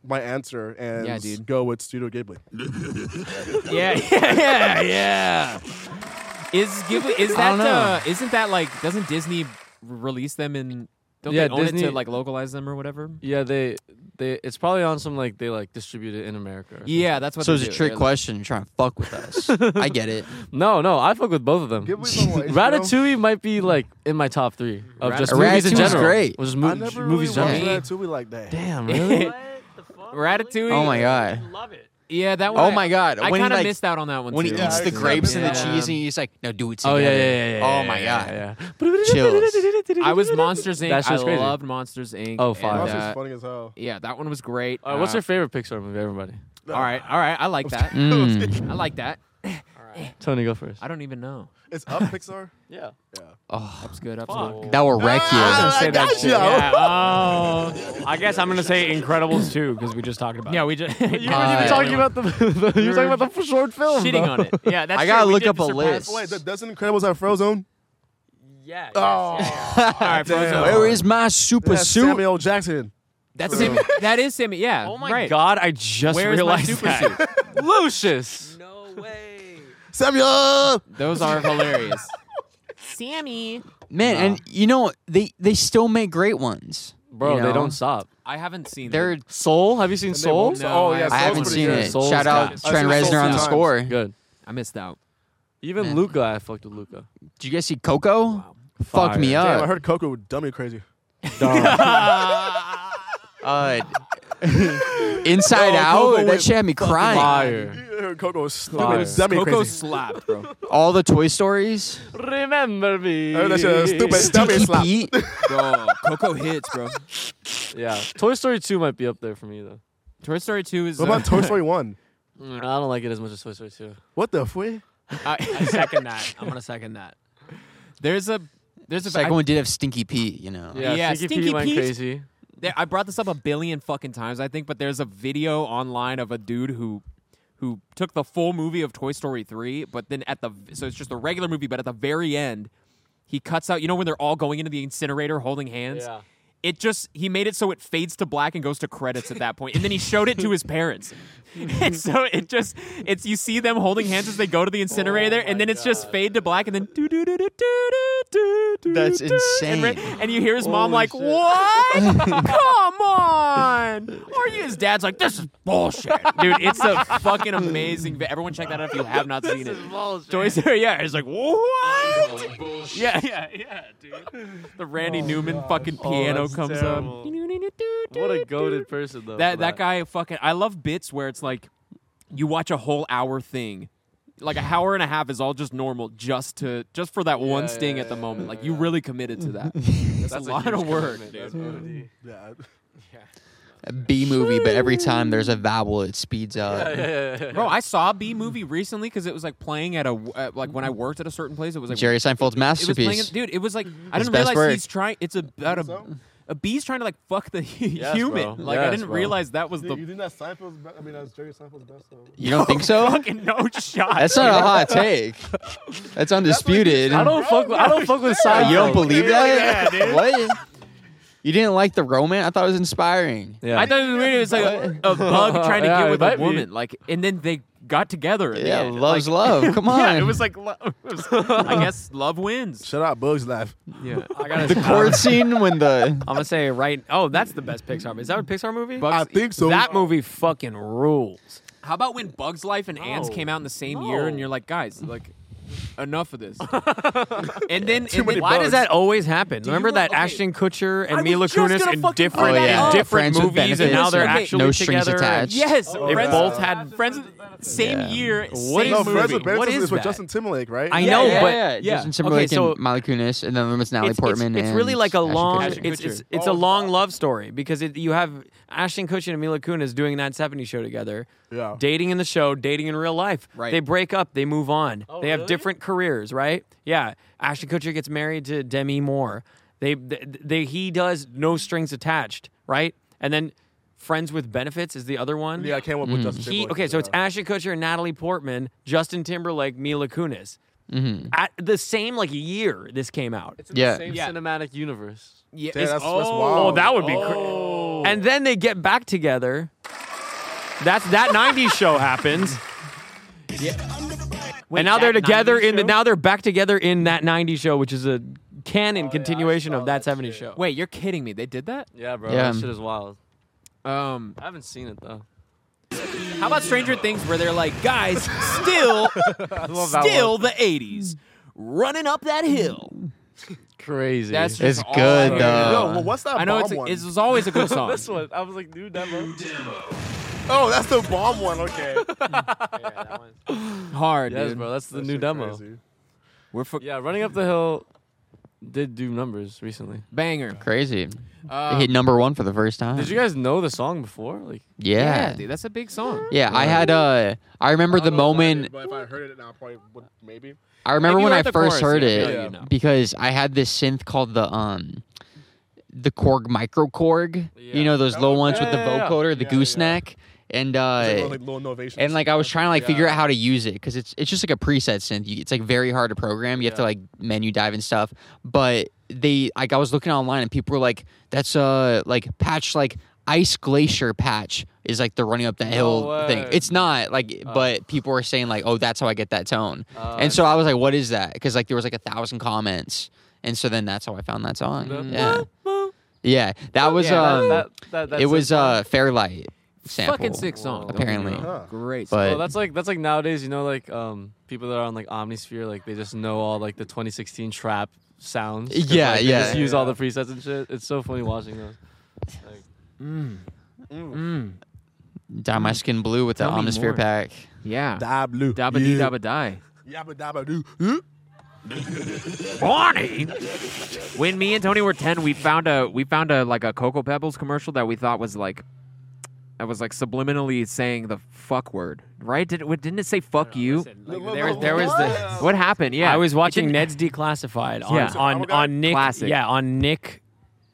my answer and Yeah, dude. go with Studio Ghibli. Yeah, yeah, yeah. Is Ghibli? Is that? don't know. Uh, isn't that like? Doesn't Disney r- release them in? Don't Yeah, they own it Disney- to like localize them or whatever? Yeah, they they it's probably on some like they like distribute it in America. or Yeah, that's what. So they it's a do. trick They're like- question. You're trying to fuck with us. I get it. something. No, no, I fuck with both of them. Ghibli's on what, (laughs) HBO? Ratatouille might be like in my top three of just Ratatouille's movies in general. great. Or Just I mo- never movies really in watched general. watched Ratatouille like that. Damn, (laughs) really? (laughs) Ratatouille. Oh my god. Love it. Yeah, that one. Oh I- my god. I when he kind of like missed out on that one. when he too. eats Yeah, the I grapes and remember the that. cheese, and he's like, "No, do it oh together." yeah, yeah, yeah, yeah, yeah, Oh my yeah, god. yeah, yeah. Chills. I was Monsters Inc. That shit's I crazy. loved Monsters Inc. Oh, and, fire. That's Monsters uh, just funny as hell. yeah, that one was great. All right, what's Uh, your favorite Pixar movie, everybody? (laughs) All (laughs) right, all right. I like that. Mm. I like that. Tony, go first. I don't even know. It's up Pixar. Yeah. Oh, It's good. Up that will wreck you. I got you. Yeah. Oh, (laughs) I guess I'm gonna say Incredibles 2 because we just talked about. Yeah, it. we just You were Uh, even talking about the, the you were talking about the short film. shitting though. on it. Yeah, that's (laughs) I gotta true. We look did up a surpass- list. Wait, th- doesn't Incredibles have Frozone? Yeah. Oh, All right, Frozen. Where is my super that's suit? Samuel Jackson. That's Sammy. That is Sammy. Yeah. Oh my right. god, I just Where's realized my (laughs) super that. suit? Lucius. No way. Samuel. Those are hilarious. Sammy. Man, and you know they they still make great ones. Bro, you know? they don't stop. I haven't seen. They're it. Soul? Have you seen they Soul? won't stop. Oh, yeah, I Soul's haven't pretty seen good. it. Soul's Shout out got- Trent I've seen Reznor Soul on the two score. Did Good. I missed out. Even Man. Luca, I fucked with Luca. you guys see Coco? Fuck Fire. me Damn, I up. heard Coco would dumb me crazy. (laughs) Uh, Inside Coco Out. That went shit had me crying. Fire. Coco was Fire. stupid. Dummy Coco crazy. slapped, bro. All the Toy Stories. Remember me. I heard that shit was stupid. Dummy Sticky slap. Pete. bro, Coco hits, bro. Yeah. Toy Story 2 might be up there for me, though. Toy Story Two is. What uh, (laughs) about Toy Story One? I don't like it as much as Toy Story 2. What the fui? I second that. I'm gonna second that. uh, There's a there's a Second one did have Stinky Pete, you know. Yeah, Yeah, Stinky, Stinky Pete went Pete. crazy. there, I brought this up a billion fucking times, I think, but there's a video online of a dude who who took the full movie of Toy Story 3, but then at the so it's just the regular movie, but at the very end, he cuts out, you know when they're all going into the incinerator holding hands? Yeah. It just he made it so it fades to black and goes to credits at that point. And then he showed it to his parents. (laughs) and so it just it's you see them holding hands as they go to the Oh incinerator and then it's just fade to black and then do do do do do do do That's and, Ra- insane. and you hear his mom like, "What? (laughs) Come on!" Or you, his dad's like, "This is bullshit, dude." It's a fucking amazing. vi- Everyone, check that out if you have not seen it. Toy Story, (laughs) yeah. He's like, "What?" Yeah, yeah, yeah, dude. The Randy Newman fucking piano Oh, that's comes terrible. up. What a goaded person though. That for that guy fucking. I love bits where it's like, you watch a whole hour thing. Like a hour and a half is all just normal, just to just for that one Yeah, sting yeah, at the yeah, moment. yeah, like you yeah. really committed to (laughs) that. That's, a lot of huge work, commitment. dude. That's OD. Yeah. A B movie, but every time there's a vowel, it speeds up. Yeah, yeah, yeah, yeah. Bro, I saw a B movie recently because it was like playing at a at, like when I worked at a certain place. It was like Jerry Seinfeld's It was playing, masterpiece. dude. It was like I Mm-hmm. His didn't best realize work. he's trying. It's about a so? a bee's trying to like fuck the (laughs) Yes, human. bro. Like I Yes, didn't bro. realize that was You, the you think that Seinfeld's best? I mean, that's Jerry Seinfeld's best though. You don't (laughs) think so? fucking (laughs) no shot. That's not a hot take. That's undisputed. I don't fuck. with- I don't fuck with Uh, Seinfeld. you don't believe that? what? You didn't like the romance? I thought it was inspiring. Yeah. I thought it was weird. It was like a, (laughs) a bug trying to Yeah, get it with might a be. woman. Like and then they got together. in the Yeah, end. love's Like, love. Come on. Yeah, it was like lo- it was- (laughs) I guess love (laughs) wins. Shut up, Bugs laugh. Yeah. I gotta. the court scene when the I'm gonna say right. Oh, that's the best Pixar. movie. Is that a Pixar movie? Uh, I think so. That movie fucking rules. How about when Bugs Life and Ants came out in the same year, and No. you're like, guys, like, enough of (laughs) this. and then, and then Why does that always happen? Remember you that want- okay. Ashton Kutcher and was Mila just gonna Kunis in fucking different, bring that up. different Friends with movies, and now Benefits. they're Okay. actually No strings together. attached. Yes, Oh, they yeah. both Yeah. had friends. Same Yeah. year, What same is- no, movie. Friends with what Benefits is, is with that? Justin Timberlake, right? I know, yeah, but yeah, yeah. yeah. Justin Timberlake Okay, so- and Mally Kunis, and then it's Natalie it's, it's, Portman. it's and really like a Ashton long Kutcher. Ashton it's, it's Kutcher. it's Oh, a long love story because it, you have Ashton Kutcher and Mila Kunis doing that 70 show together Yeah. dating in the show dating in real life Right. they break up they move on Oh, they have really? different careers right yeah Ashton Kutcher gets married to Demi Moore they, they, they he does no strings attached right and then Friends with Benefits is the other one Yeah, I came up with Justin he Timberlake. okay, so it's yeah. Ashton Kutcher, Natalie Portman, Justin Timberlake, Mila Kunis. Mm-hmm. At the same like year this came out. It's in Yeah. the same Yeah. cinematic universe. Yeah, Damn, it's- that's- that's oh, wild. that would be cra- And then they get back together. That's that 90s show happens. and now they're that together 90s in the show? now they're back together in that 90s show, which is a Oh, canon continuation of that 70s show. wait, you're kidding me? They did that? Yeah, bro. Yeah. That shit is wild. Um, I haven't seen it though. how about Stranger Things, where they're like, guys, (laughs) still, still the '80s, running up that hill. Crazy. That's It's just all good, Oh, I- though. Yo, well, what's that I know bomb it's, a, one? it's it's always a (laughs) good song. this one. I was like, dude, that oh, that's the bomb one. (laughs) Okay. Hard, Yes, dude. bro. That's the That new shit demo. crazy. We're for Yeah, running up the hill did do numbers recently. banger. Crazy. Um, they hit number one for the first time. Did you guys know the song before? Like, yeah, yeah. Yeah, dude, that's a big song. I had uh I remember I the don't know if I did, moment but if I heard it now, I probably would maybe. I remember If you when I heard the first chorus, heard yeah, it yeah, you know. because I had this synth called the um the Korg Micro Korg. You Yeah. know those little ones with the yeah, yeah. vocoder, the Yeah, yeah. gooseneck, and It's uh like little innovations. and like I was trying to like figure out how to use it because it's it's just like a preset synth. You, it's like very hard to program. You have to like menu dive and stuff. But they like I was looking online and people were like, "That's a like patch like ice glacier patch is like the running up that hill thing." way. It's not like, but people were saying like, "Oh, that's how I get that tone." and so I was like, "What is that?" Because like there was like a thousand comments, and so then that's how I found that song. Yeah, yeah, that was Yeah, um, that, that, that it was song. uh Fairlight sample. Fucking sick song. apparently. Huh. Great. But Well, that's like that's like nowadays, you know, like um people that are on like Omnisphere, like they just know all like the 2016 trap sounds. 'cause, Yeah, like, they yeah. Just use all the presets and shit. It's so funny watching those. Like, Dye my skin blue with the Tell me more. Omnisphere pack. yeah. Dablu. Dabba dee dabba die. Yabba dabba doo. Huh? Barney. When me and Tony were ten, we found a we found a like a Cocoa Pebbles commercial that we thought was like I was like subliminally saying the fuck word, right? Did it, didn't it say fuck you? Look, there, look, there was look. the what happened? Yeah, I was It watching didn't- Ned's Declassified on Yeah. on, Okay. on Nick. Classic. Yeah, on Nick.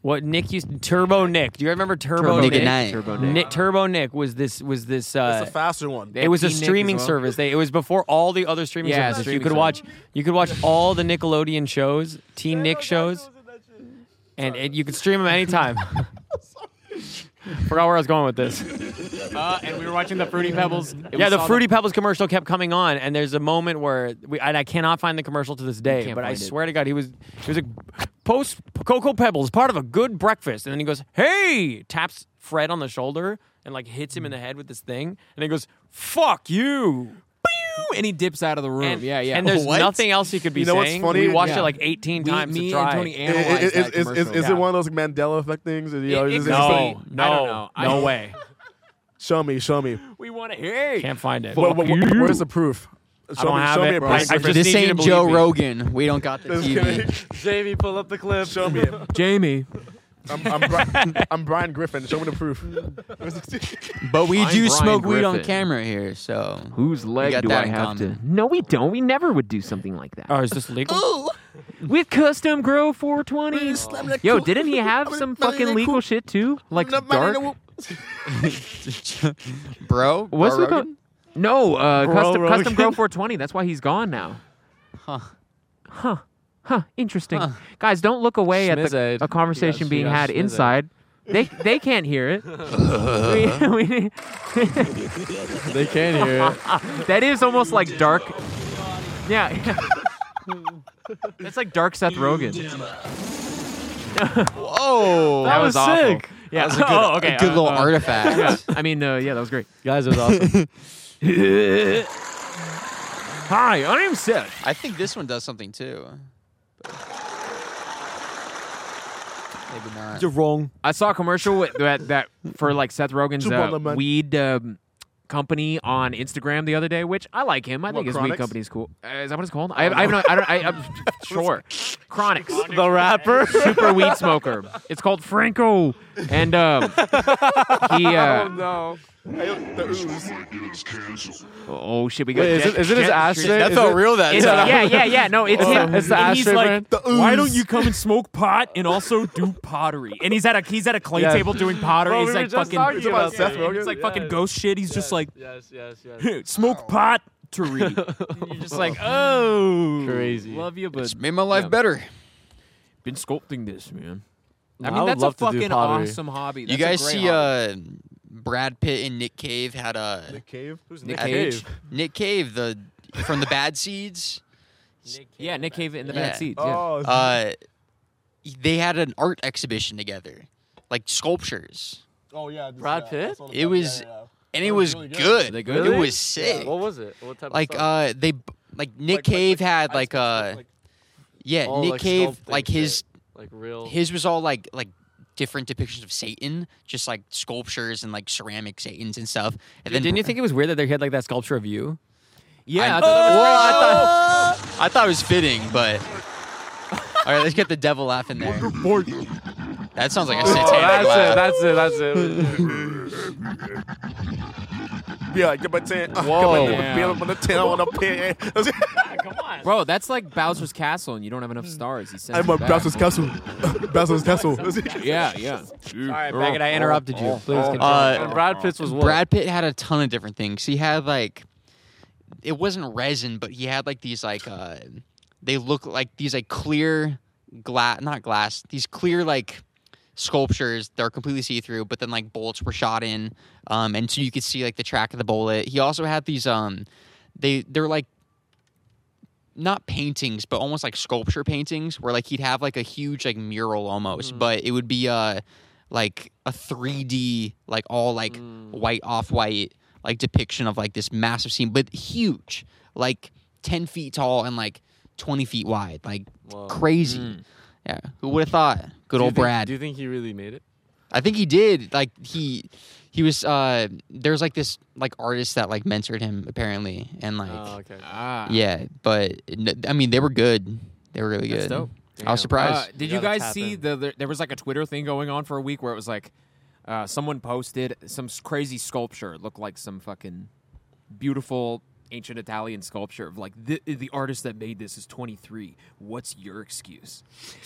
What Nick used Turbo Nick? Do you remember Turbo, Nick Nick? at night. Turbo Nick. Nick Turbo Nick was this was this. It's Uh, a faster one. They it had was a T-Nick as streaming well. service. They, it was before all the other streaming Yeah, services. streaming you could watch you could watch all the Nickelodeon shows, Teen Nick shows, and it, you could stream them (laughs) anytime. Forgot where I was going with this. Uh, and we were watching the Fruity Pebbles. It yeah, was the all Fruity Pebbles commercial kept coming on, and there's a moment where we, and I cannot find the commercial to this day, can't but I find it. swear to God, he was he was like post Cocoa Pebbles, part of a good breakfast, and then he goes, "Hey!" taps Fred on the shoulder and like hits him in the head with this thing, and then he goes, "Fuck you!" and he dips out of the room. And, Mm, yeah, yeah. And (laughs) there's What? nothing else he could be You know what's saying. funny? We watched Yeah. it like 18 Oh, we, times. me to and try. Tony It- it- analyzed that it- it- is, is, commercial. is it one of those Mandela effect things? You know, It- is it- it- no, I don't no, know. I- no way. Show me, show me. We want to hear. Can't find it. What- what- what- where's the proof? Show don't me, have show it, me a bro. proof. I just need this you to ain't believe Joe me. Rogan. We don't got the Just TV. kidding. Jamie, pull up the clip. Show me it. Jamie. I'm, I'm, Bri- (laughs) I'm Brian Griffin. Show me the (laughs) proof. But we I'm do Brian smoke weed on Griffin. camera here, so Whose leg got do that I in have to? common. No, we don't. We never would do something like that. Oh, is this legal? With Custom Grow 420. Yo, didn't (laughs) he have some fucking legal shit too? Like dark? bro, What's bro with Rogan? the? No, uh, Custom Rogan. Custom Grow 420. That's why he's gone now. Huh. Huh. Huh. Interesting. Guys, don't look away at the Schmizzed. a conversation He got- he being got had schmizzed. inside. They they can't hear (laughs) it. (laughs) We- we- They can't hear (laughs) it. that is almost like dark. Yeah. That's like dark Seth Rogen. Oh, That was, awful. sick. Yeah. That was a good, (laughs) oh, okay. a good uh, little uh, artifact. yeah. I mean, uh, yeah, that was (laughs) great. Guys, it was awesome. (laughs) Hi, I am Seth. I think this one does something too. Maybe not. wrong. I saw a commercial with that that for like Seth Rogen's uh, Superman. weed um, company on Instagram the other day, which I like him. I think his weed Chronix? company's cool. Uh, is that what it's called? I, I have no. I don't. I, I'm sure. Chronics, the rapper. super weed smoker. It's called Franco, and um, he. Uh, no. The ooze. oh shit, we got. Wait, is Jack- it, is it his Jack- ass shape? That's Is how it- real that It's, is. yeah, yeah, yeah. No, it's him. It's the And ass he's shape, like, man? why don't you come and smoke pot and also do pottery? And he's at a he's at a clay Yeah. table doing pottery. Bro, we he's were like just fucking. talking It's about like- Seth and Rogan. It's like Yeah. fucking ghost shit. He's just like (laughs) Yes, yes, yes. smoke pot to (laughs) read. You're just like, oh, Crazy. Love you, but It's made my life Yeah. better. been sculpting this, man. No, I I mean, would that's love a to do fucking pottery. awesome hobby. you guys see uh, Brad Pitt and Nick Cave had a The cave. Who's Nick Nick Cage. Cave? Nick Cave, the from the Bad Seeds. yeah, Nick Cave in the Yeah. back seat. Yeah. Oh, Uh, they had an art exhibition together, like sculptures, oh yeah. this- Brad yeah, Pitt? that's all It about- was- yeah, yeah. and it Oh, it's was really good. good. They good? It was sick. What was it? What type Like of stuff? uh, they like Like- Nick like- Cave like had ice like sculptures, uh, like- yeah, All, Nick uh, Oh, like, Cave sculpting like his shit. like real. his was all like like different depictions of Satan, just like sculptures and like ceramic Satans and stuff. And then Didn't you think it was weird that they had like that sculpture of you? Yeah, I- I thought that was- well, I thought I thought it was fitting, but all right, let's get the devil laugh in there. (laughs) That sounds like a satanic laugh. that's it. That's it. That's it. Yeah, like, but ten. uh, Whoa. Yeah. Beer on the ten. I want a pin. bro, that's like Bowser's Castle, and you don't have enough stars. He sends (laughs) I'm you a back. Bowser's Castle. (laughs) Bowser's Castle. (laughs) (laughs) Yeah, yeah. All right, Braggett, I interrupted Oh, you. Please continue. Uh, and Brad Pitts was what? Brad Pitt had a ton of different things. He had like it wasn't resin, but he had like these like uh they look like these like clear glass not glass, these clear like sculptures that are completely see through, but then like bullets were shot in. Um and so you could see like the track of the bullet. He also had these um they they're like not paintings, but almost like sculpture paintings where like he'd have like a huge like mural Mm. almost, but it would be uh like a 3D like all like Mm. white off white like depiction of like this massive scene, but huge, like 10 feet tall and like 20 feet wide, like Whoa. Mm. crazy. Yeah, who would have thought? Good Do you old think- Brad. Do you think he really made it? I think he did. Like he he was uh there's like this like artist that like mentored him apparently and like Oh, okay. Ah. yeah, but n- I mean they were good. They were really That's good. dope. I was surprised. Uh, did you Yeah, that's guys see happened. the, the there was like a Twitter thing going on for a week where it was like Uh, someone posted some s- crazy sculpture. It looked like some fucking beautiful ancient Italian sculpture of like the, the artist that made this is 23. What's your excuse?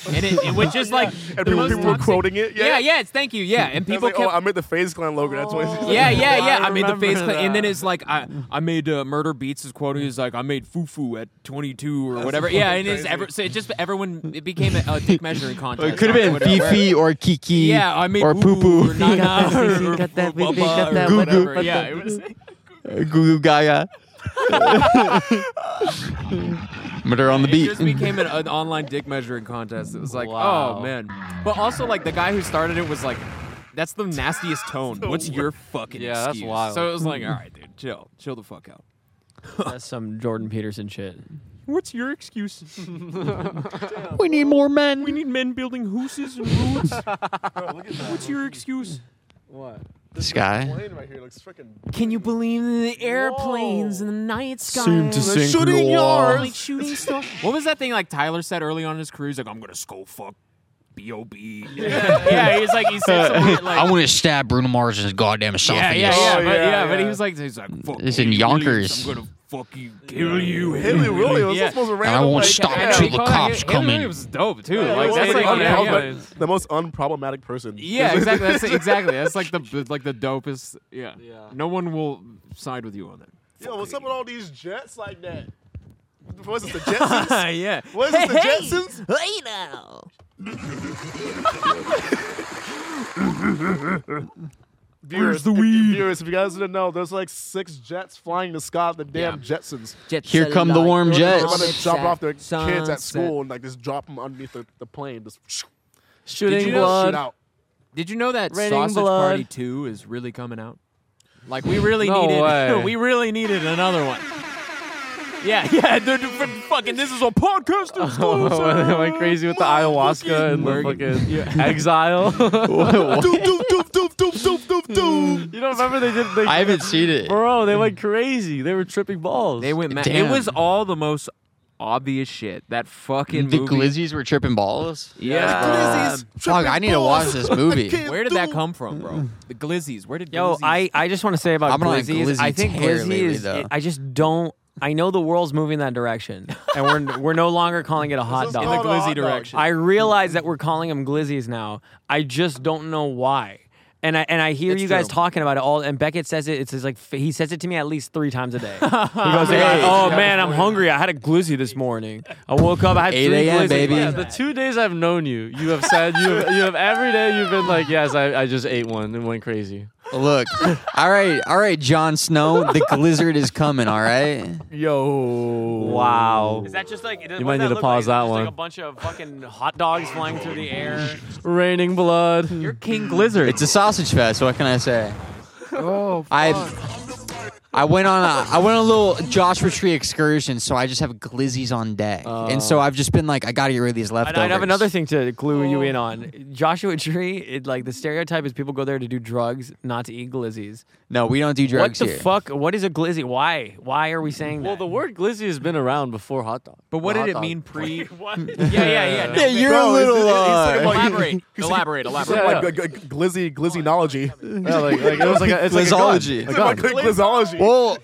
And it, it (laughs) was just like the And people, most people were toxic- quoting it. Yeah, yeah, it's thank you. Yeah, and I was people like, kept oh, I made the Phase Clan logo. That's why. (laughs) it's- yeah, yeah, yeah. I I, made the remember face, cla- and then that. it's like I, I made uh, Murder Beats is quoting is like I made fufu at 22 or whatever. Yeah, fucking and it's crazy. ever so it just everyone it became a, a dick measuring contest. It could have been Whatever. Fifi or Kiki Yeah, I made or ooh, Poo or Poo, (laughs) Nana or Got that, Bubba baby, got or that, Goo whatever. Goo. Yeah, it was. Goo Goo (laughs) Gaga. Murder on the It beat. just became an, an online dick measuring contest. It was like, Wow. oh man. But also, like the guy who started it was like, that's the nastiest tone. What's your fucking Yeah, that's excuse? wild. So it was like, all right, dude, chill, chill the fuck out. That's some Jordan Peterson shit. What's your excuse? we need more men. We need men building hooses and roads. What's your excuse? What? This guy. plane right here looks freaking. Can you believe in the airplanes and the night sky? sink shooting Or, yards. like shooting stuff. what was that thing like Tyler said early on in his career? He's like, I'm gonna skull fuck B.O.B. (laughs) Yeah. he's like he said some (laughs) weird, like I want to stab Bruno Mars in his goddamn yeah, yeah, esophagus. yeah, Oh, but, yeah, yeah, but he yeah. was like, he's like, fuck It's in Haley Williams, Yonkers. I'm gonna fucking kill you, Haley Williams. Yeah. That's supposed to I random. won't like, stop yeah. till the Call that cops Haley come in. Williams is dope too. Yeah, like it that's was like like yeah, unproblematic- yeah. the most unproblematic person. (laughs) Yeah, exactly. That's exactly. That's like the like the dopest. Yeah. No one will side with you on that. Yo, what's up with all these jets like that? What's this, the (laughs) Jetsons? Uh, yeah. What is this, the Jetsons? Hey now. (laughs) Viewers, the if- weed? Viewers, if you guys didn't know, there's like six jets flying the sky of the damn Jetsons. Here come the warm They're jets. about to drop off their kids sunset. at school and like just drop them underneath the, the plane. Just Shooting you know- blood. shoot (laughs) out. Did you know that Raining Sausage blood. Party Two is really coming out? Like we really No (laughs) needed, way. we really needed another one. (laughs) Yeah, yeah, they're, they're fucking. This is a podcast (laughs) exclusive. they (laughs) went crazy with the ayahuasca and the fucking (laughs) exile. (laughs) Doop, doop, doop, doop, doop, doop, doop, doop. you don't remember they did? They, I haven't seen it. bro, they (laughs) went crazy. They were tripping balls. They went. Ma- it Damn. was all the most obvious shit. That fucking The movie. glizzies were tripping balls. yeah. Glizzies Dog, tripping I need to balls. watch this movie. Can't Where did that do- come from, bro? The glizzies. Where did Yo, glizzies? I, I just want to say about I'm on a Glizzy is- Glizzy I think tear Glizzy lately, is. though. I just don't. I know the world's moving that direction, and we're we're no longer calling it a hot This is dog. called a glizzy hot dog. direction. I realize that we're calling them glizzies now. I just don't know why. And I and I hear It's you guys true. talking about it all. And Beckett says it. It's his, like f- he says it to me at least three times (laughs) a day. He goes, Hey. "Oh man, I'm hungry. I had a glizzy this morning. I woke up. I had 8 three a.m., glizzies." baby. Yeah, the two days I've known you, you have said you have, you have every day you've been like, yes, I, I just ate one and went crazy. Look, all right, all right, Jon Snow, the Glizzard is coming. All right, Yo! Wow! Is that just like it- You what might does need to look pause Is it that just, one. Like a bunch of fucking hot dogs flying through the air. Raining blood. You're King Glizard. it's a sausage fest. What can I say? Oh, I I went on a I went on a little Joshua Tree excursion, so I just have glizzies on deck, and so I've just been like, I gotta get rid of (laughs) these And leftovers. I have another thing to glue you in Oh. on. Joshua Tree, it, like the stereotype is people go there to do drugs, not to eat glizzies. No, we don't do What drugs the here. fuck? What is a glizzy? Why? Why are we saying Well, that? (laughs) the word glizzy has been around before hot dog. But what Well, did it hot mean pre? yeah, yeah, (laughs) yeah. Yeah, you're Bro, a is it- little. it's like (laughs) uh, about- elaborate, elaborate, elaborate. Yeah. Like g- g- glizzy, glizzy knowledge. dog. Yeah, like, like, it was like a, it's like a gun. Glizzology. A It's gun. Glizzology. well,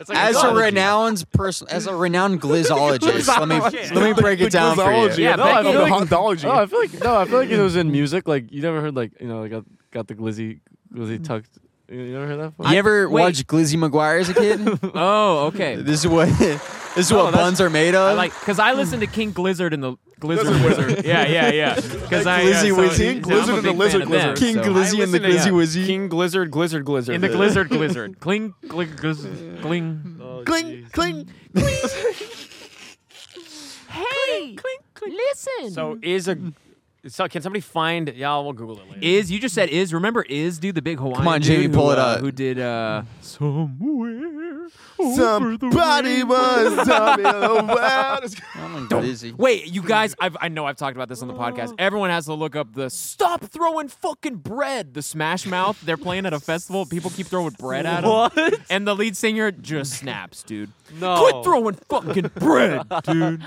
It's like as a gun. renowned person, as a renowned glizzologist, let me let me break it down for you. Glizzology. Yeah, no, Becky- I feel No, like, No, I feel like no, I feel like it was in music. Like you never heard like you know like got, got the glizzy glizzy tucked. You you never heard that? Before? You ever wait. watched Glizzy McGuire as a kid? Oh, (laughs) okay. this is what (laughs) this is what that's- buns are made of. I like because I listened to King Glizard and the Glizard Glizard Wizard. yeah, yeah, yeah. (laughs) Because I Glizzy Wizzy. I'm a Glizard and the big fan Lizard of them, Glizard. King so- Glizzy I and the listen to- Glizzy Wizzy. King Glizzard, Glizzard, Glizzard. In the Glizard (laughs) Glizard. Cling, cling, glizz, cling. Cling, cling. Hey, listen. So is a. So can somebody find? Yeah, we'll Google it later. Is you just said is? Remember is, dude, the big Hawaiian. Come on, dude Jamie, who, pull it uh, up. Who did? uh Somewhere. Somebody was talking about. I'm glizzy. Wait, you guys, I've, I know I've talked about this on the podcast. Everyone has to look up the "Stop Throwing Fucking Bread." The Smash Mouth. They're playing at a festival. People keep throwing bread at them. What? And the lead singer just snaps, dude. (laughs) No. Quit throwing fucking bread, dude.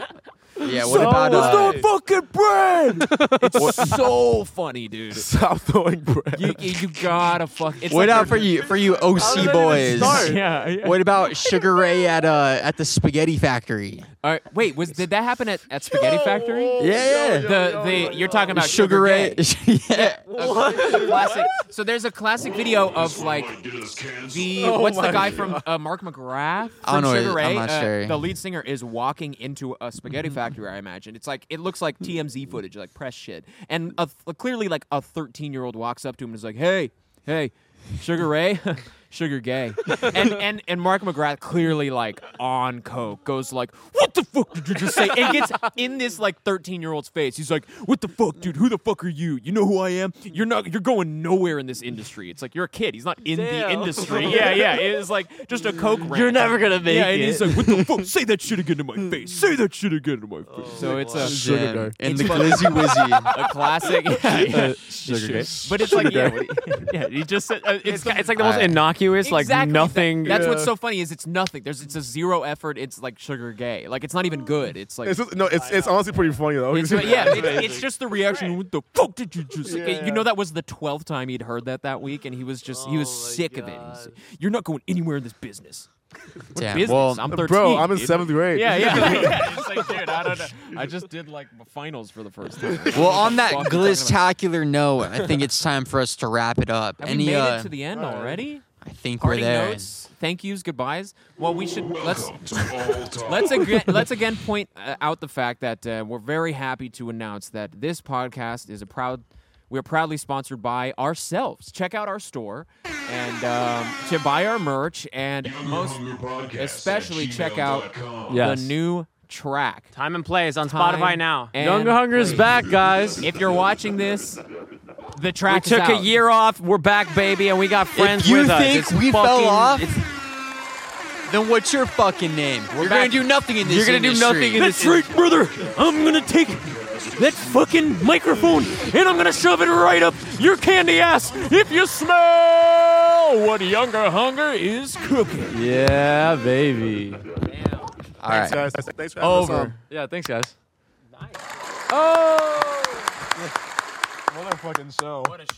Yeah, what about uh, It's fucking bread. (laughs) it's so funny, dude. (laughs) Stop throwing bread. You, you, you gotta fuck. It's what like about they're- for you for you OC boys? Yeah, yeah. What about Sugar Ray at uh at the Spaghetti Factory? All right, wait, was did that happen at, at Spaghetti Factory? Yeah, The the you're talking about Sugar Ray, (laughs) yeah. A (laughs) classic. So there's a classic video of like the what's the guy from uh, Mark McGrath? I from don't know, Sugar I'm Ray? not Uh, sure. The lead singer is walking into a spaghetti factory. I imagine it's like it looks like TMZ footage, like press shit. And a, th- clearly, like a 13 year old walks up to him and is like, "Hey, hey, Sugar Ray." (laughs) Sugar gay, and and and Mark McGrath clearly like on coke goes like, what the fuck did you just say? It gets in this like thirteen year old's face. He's like, what the fuck, dude? Who the fuck are you? You know who I am? You're not. You're going nowhere in this industry. It's like you're a kid. He's not in the Damn. (laughs) industry. Yeah, yeah. It is like just a coke. Rant. You're never gonna make Yeah, it. and he's like, what the fuck? Say that shit again to my face. Say that shit again to my face. so it's a Damn. and It's the fucking- (laughs) Glizzy Wizzy. a (laughs) classic. Yeah, yeah. sugar But it's like yeah, yeah, you just said, uh, it's, it's like the most Alright. innocuous, like Exactly. That- nothing. That's what's so funny is it's nothing. There's it's a zero effort. It's like sugar gay. Like it's not even good. It's like It's just, no, it's it's honestly pretty funny though. It's, yeah, (laughs) it's, it's just the reaction. What the fuck did you just? Yeah, you yeah. know that was the twelfth time he'd heard that that week, and he was just he was Oh my sick of it. He's like, You're not going anywhere in this business. Damn. business. Well, I'm thirteen. bro, I'm in dude. (laughs) seventh grade. Yeah, yeah. like, yeah. (laughs) (laughs) It's like, dude, I don't know. I just did like my finals for the first time. well, on that Fuck, you're talking about- gliztacular note, I think it's time for us to wrap it up. Have (laughs) Any, we made uh, it to the end Alright. already? I think we're Parting there. notes, thank yous, goodbyes. Well, we should let's let's again let's again point uh, out the fact that uh, we're very happy to announce that this podcast is a proud we're proudly sponsored by ourselves. Check out our store and um, to buy our merch and most especially check out Yes. the new track. Time and place on Time Spotify now. and Younger Hunger's back, guys. If you're watching this, the track is Took a out. year off. We're back, baby, and we got friends If you with think us. It's fucking- we fell off, it's- then what's your fucking name? We're back. gonna do nothing in this. You're gonna do industry. nothing in this. That's right, brother. I'm gonna take that fucking microphone and I'm gonna shove it right up your candy ass if you smell what younger hunger is cooking. Yeah, baby. (laughs) All right. Guys, thanks for having us on. Over. Yeah, thanks, guys. Oh. What a fucking show.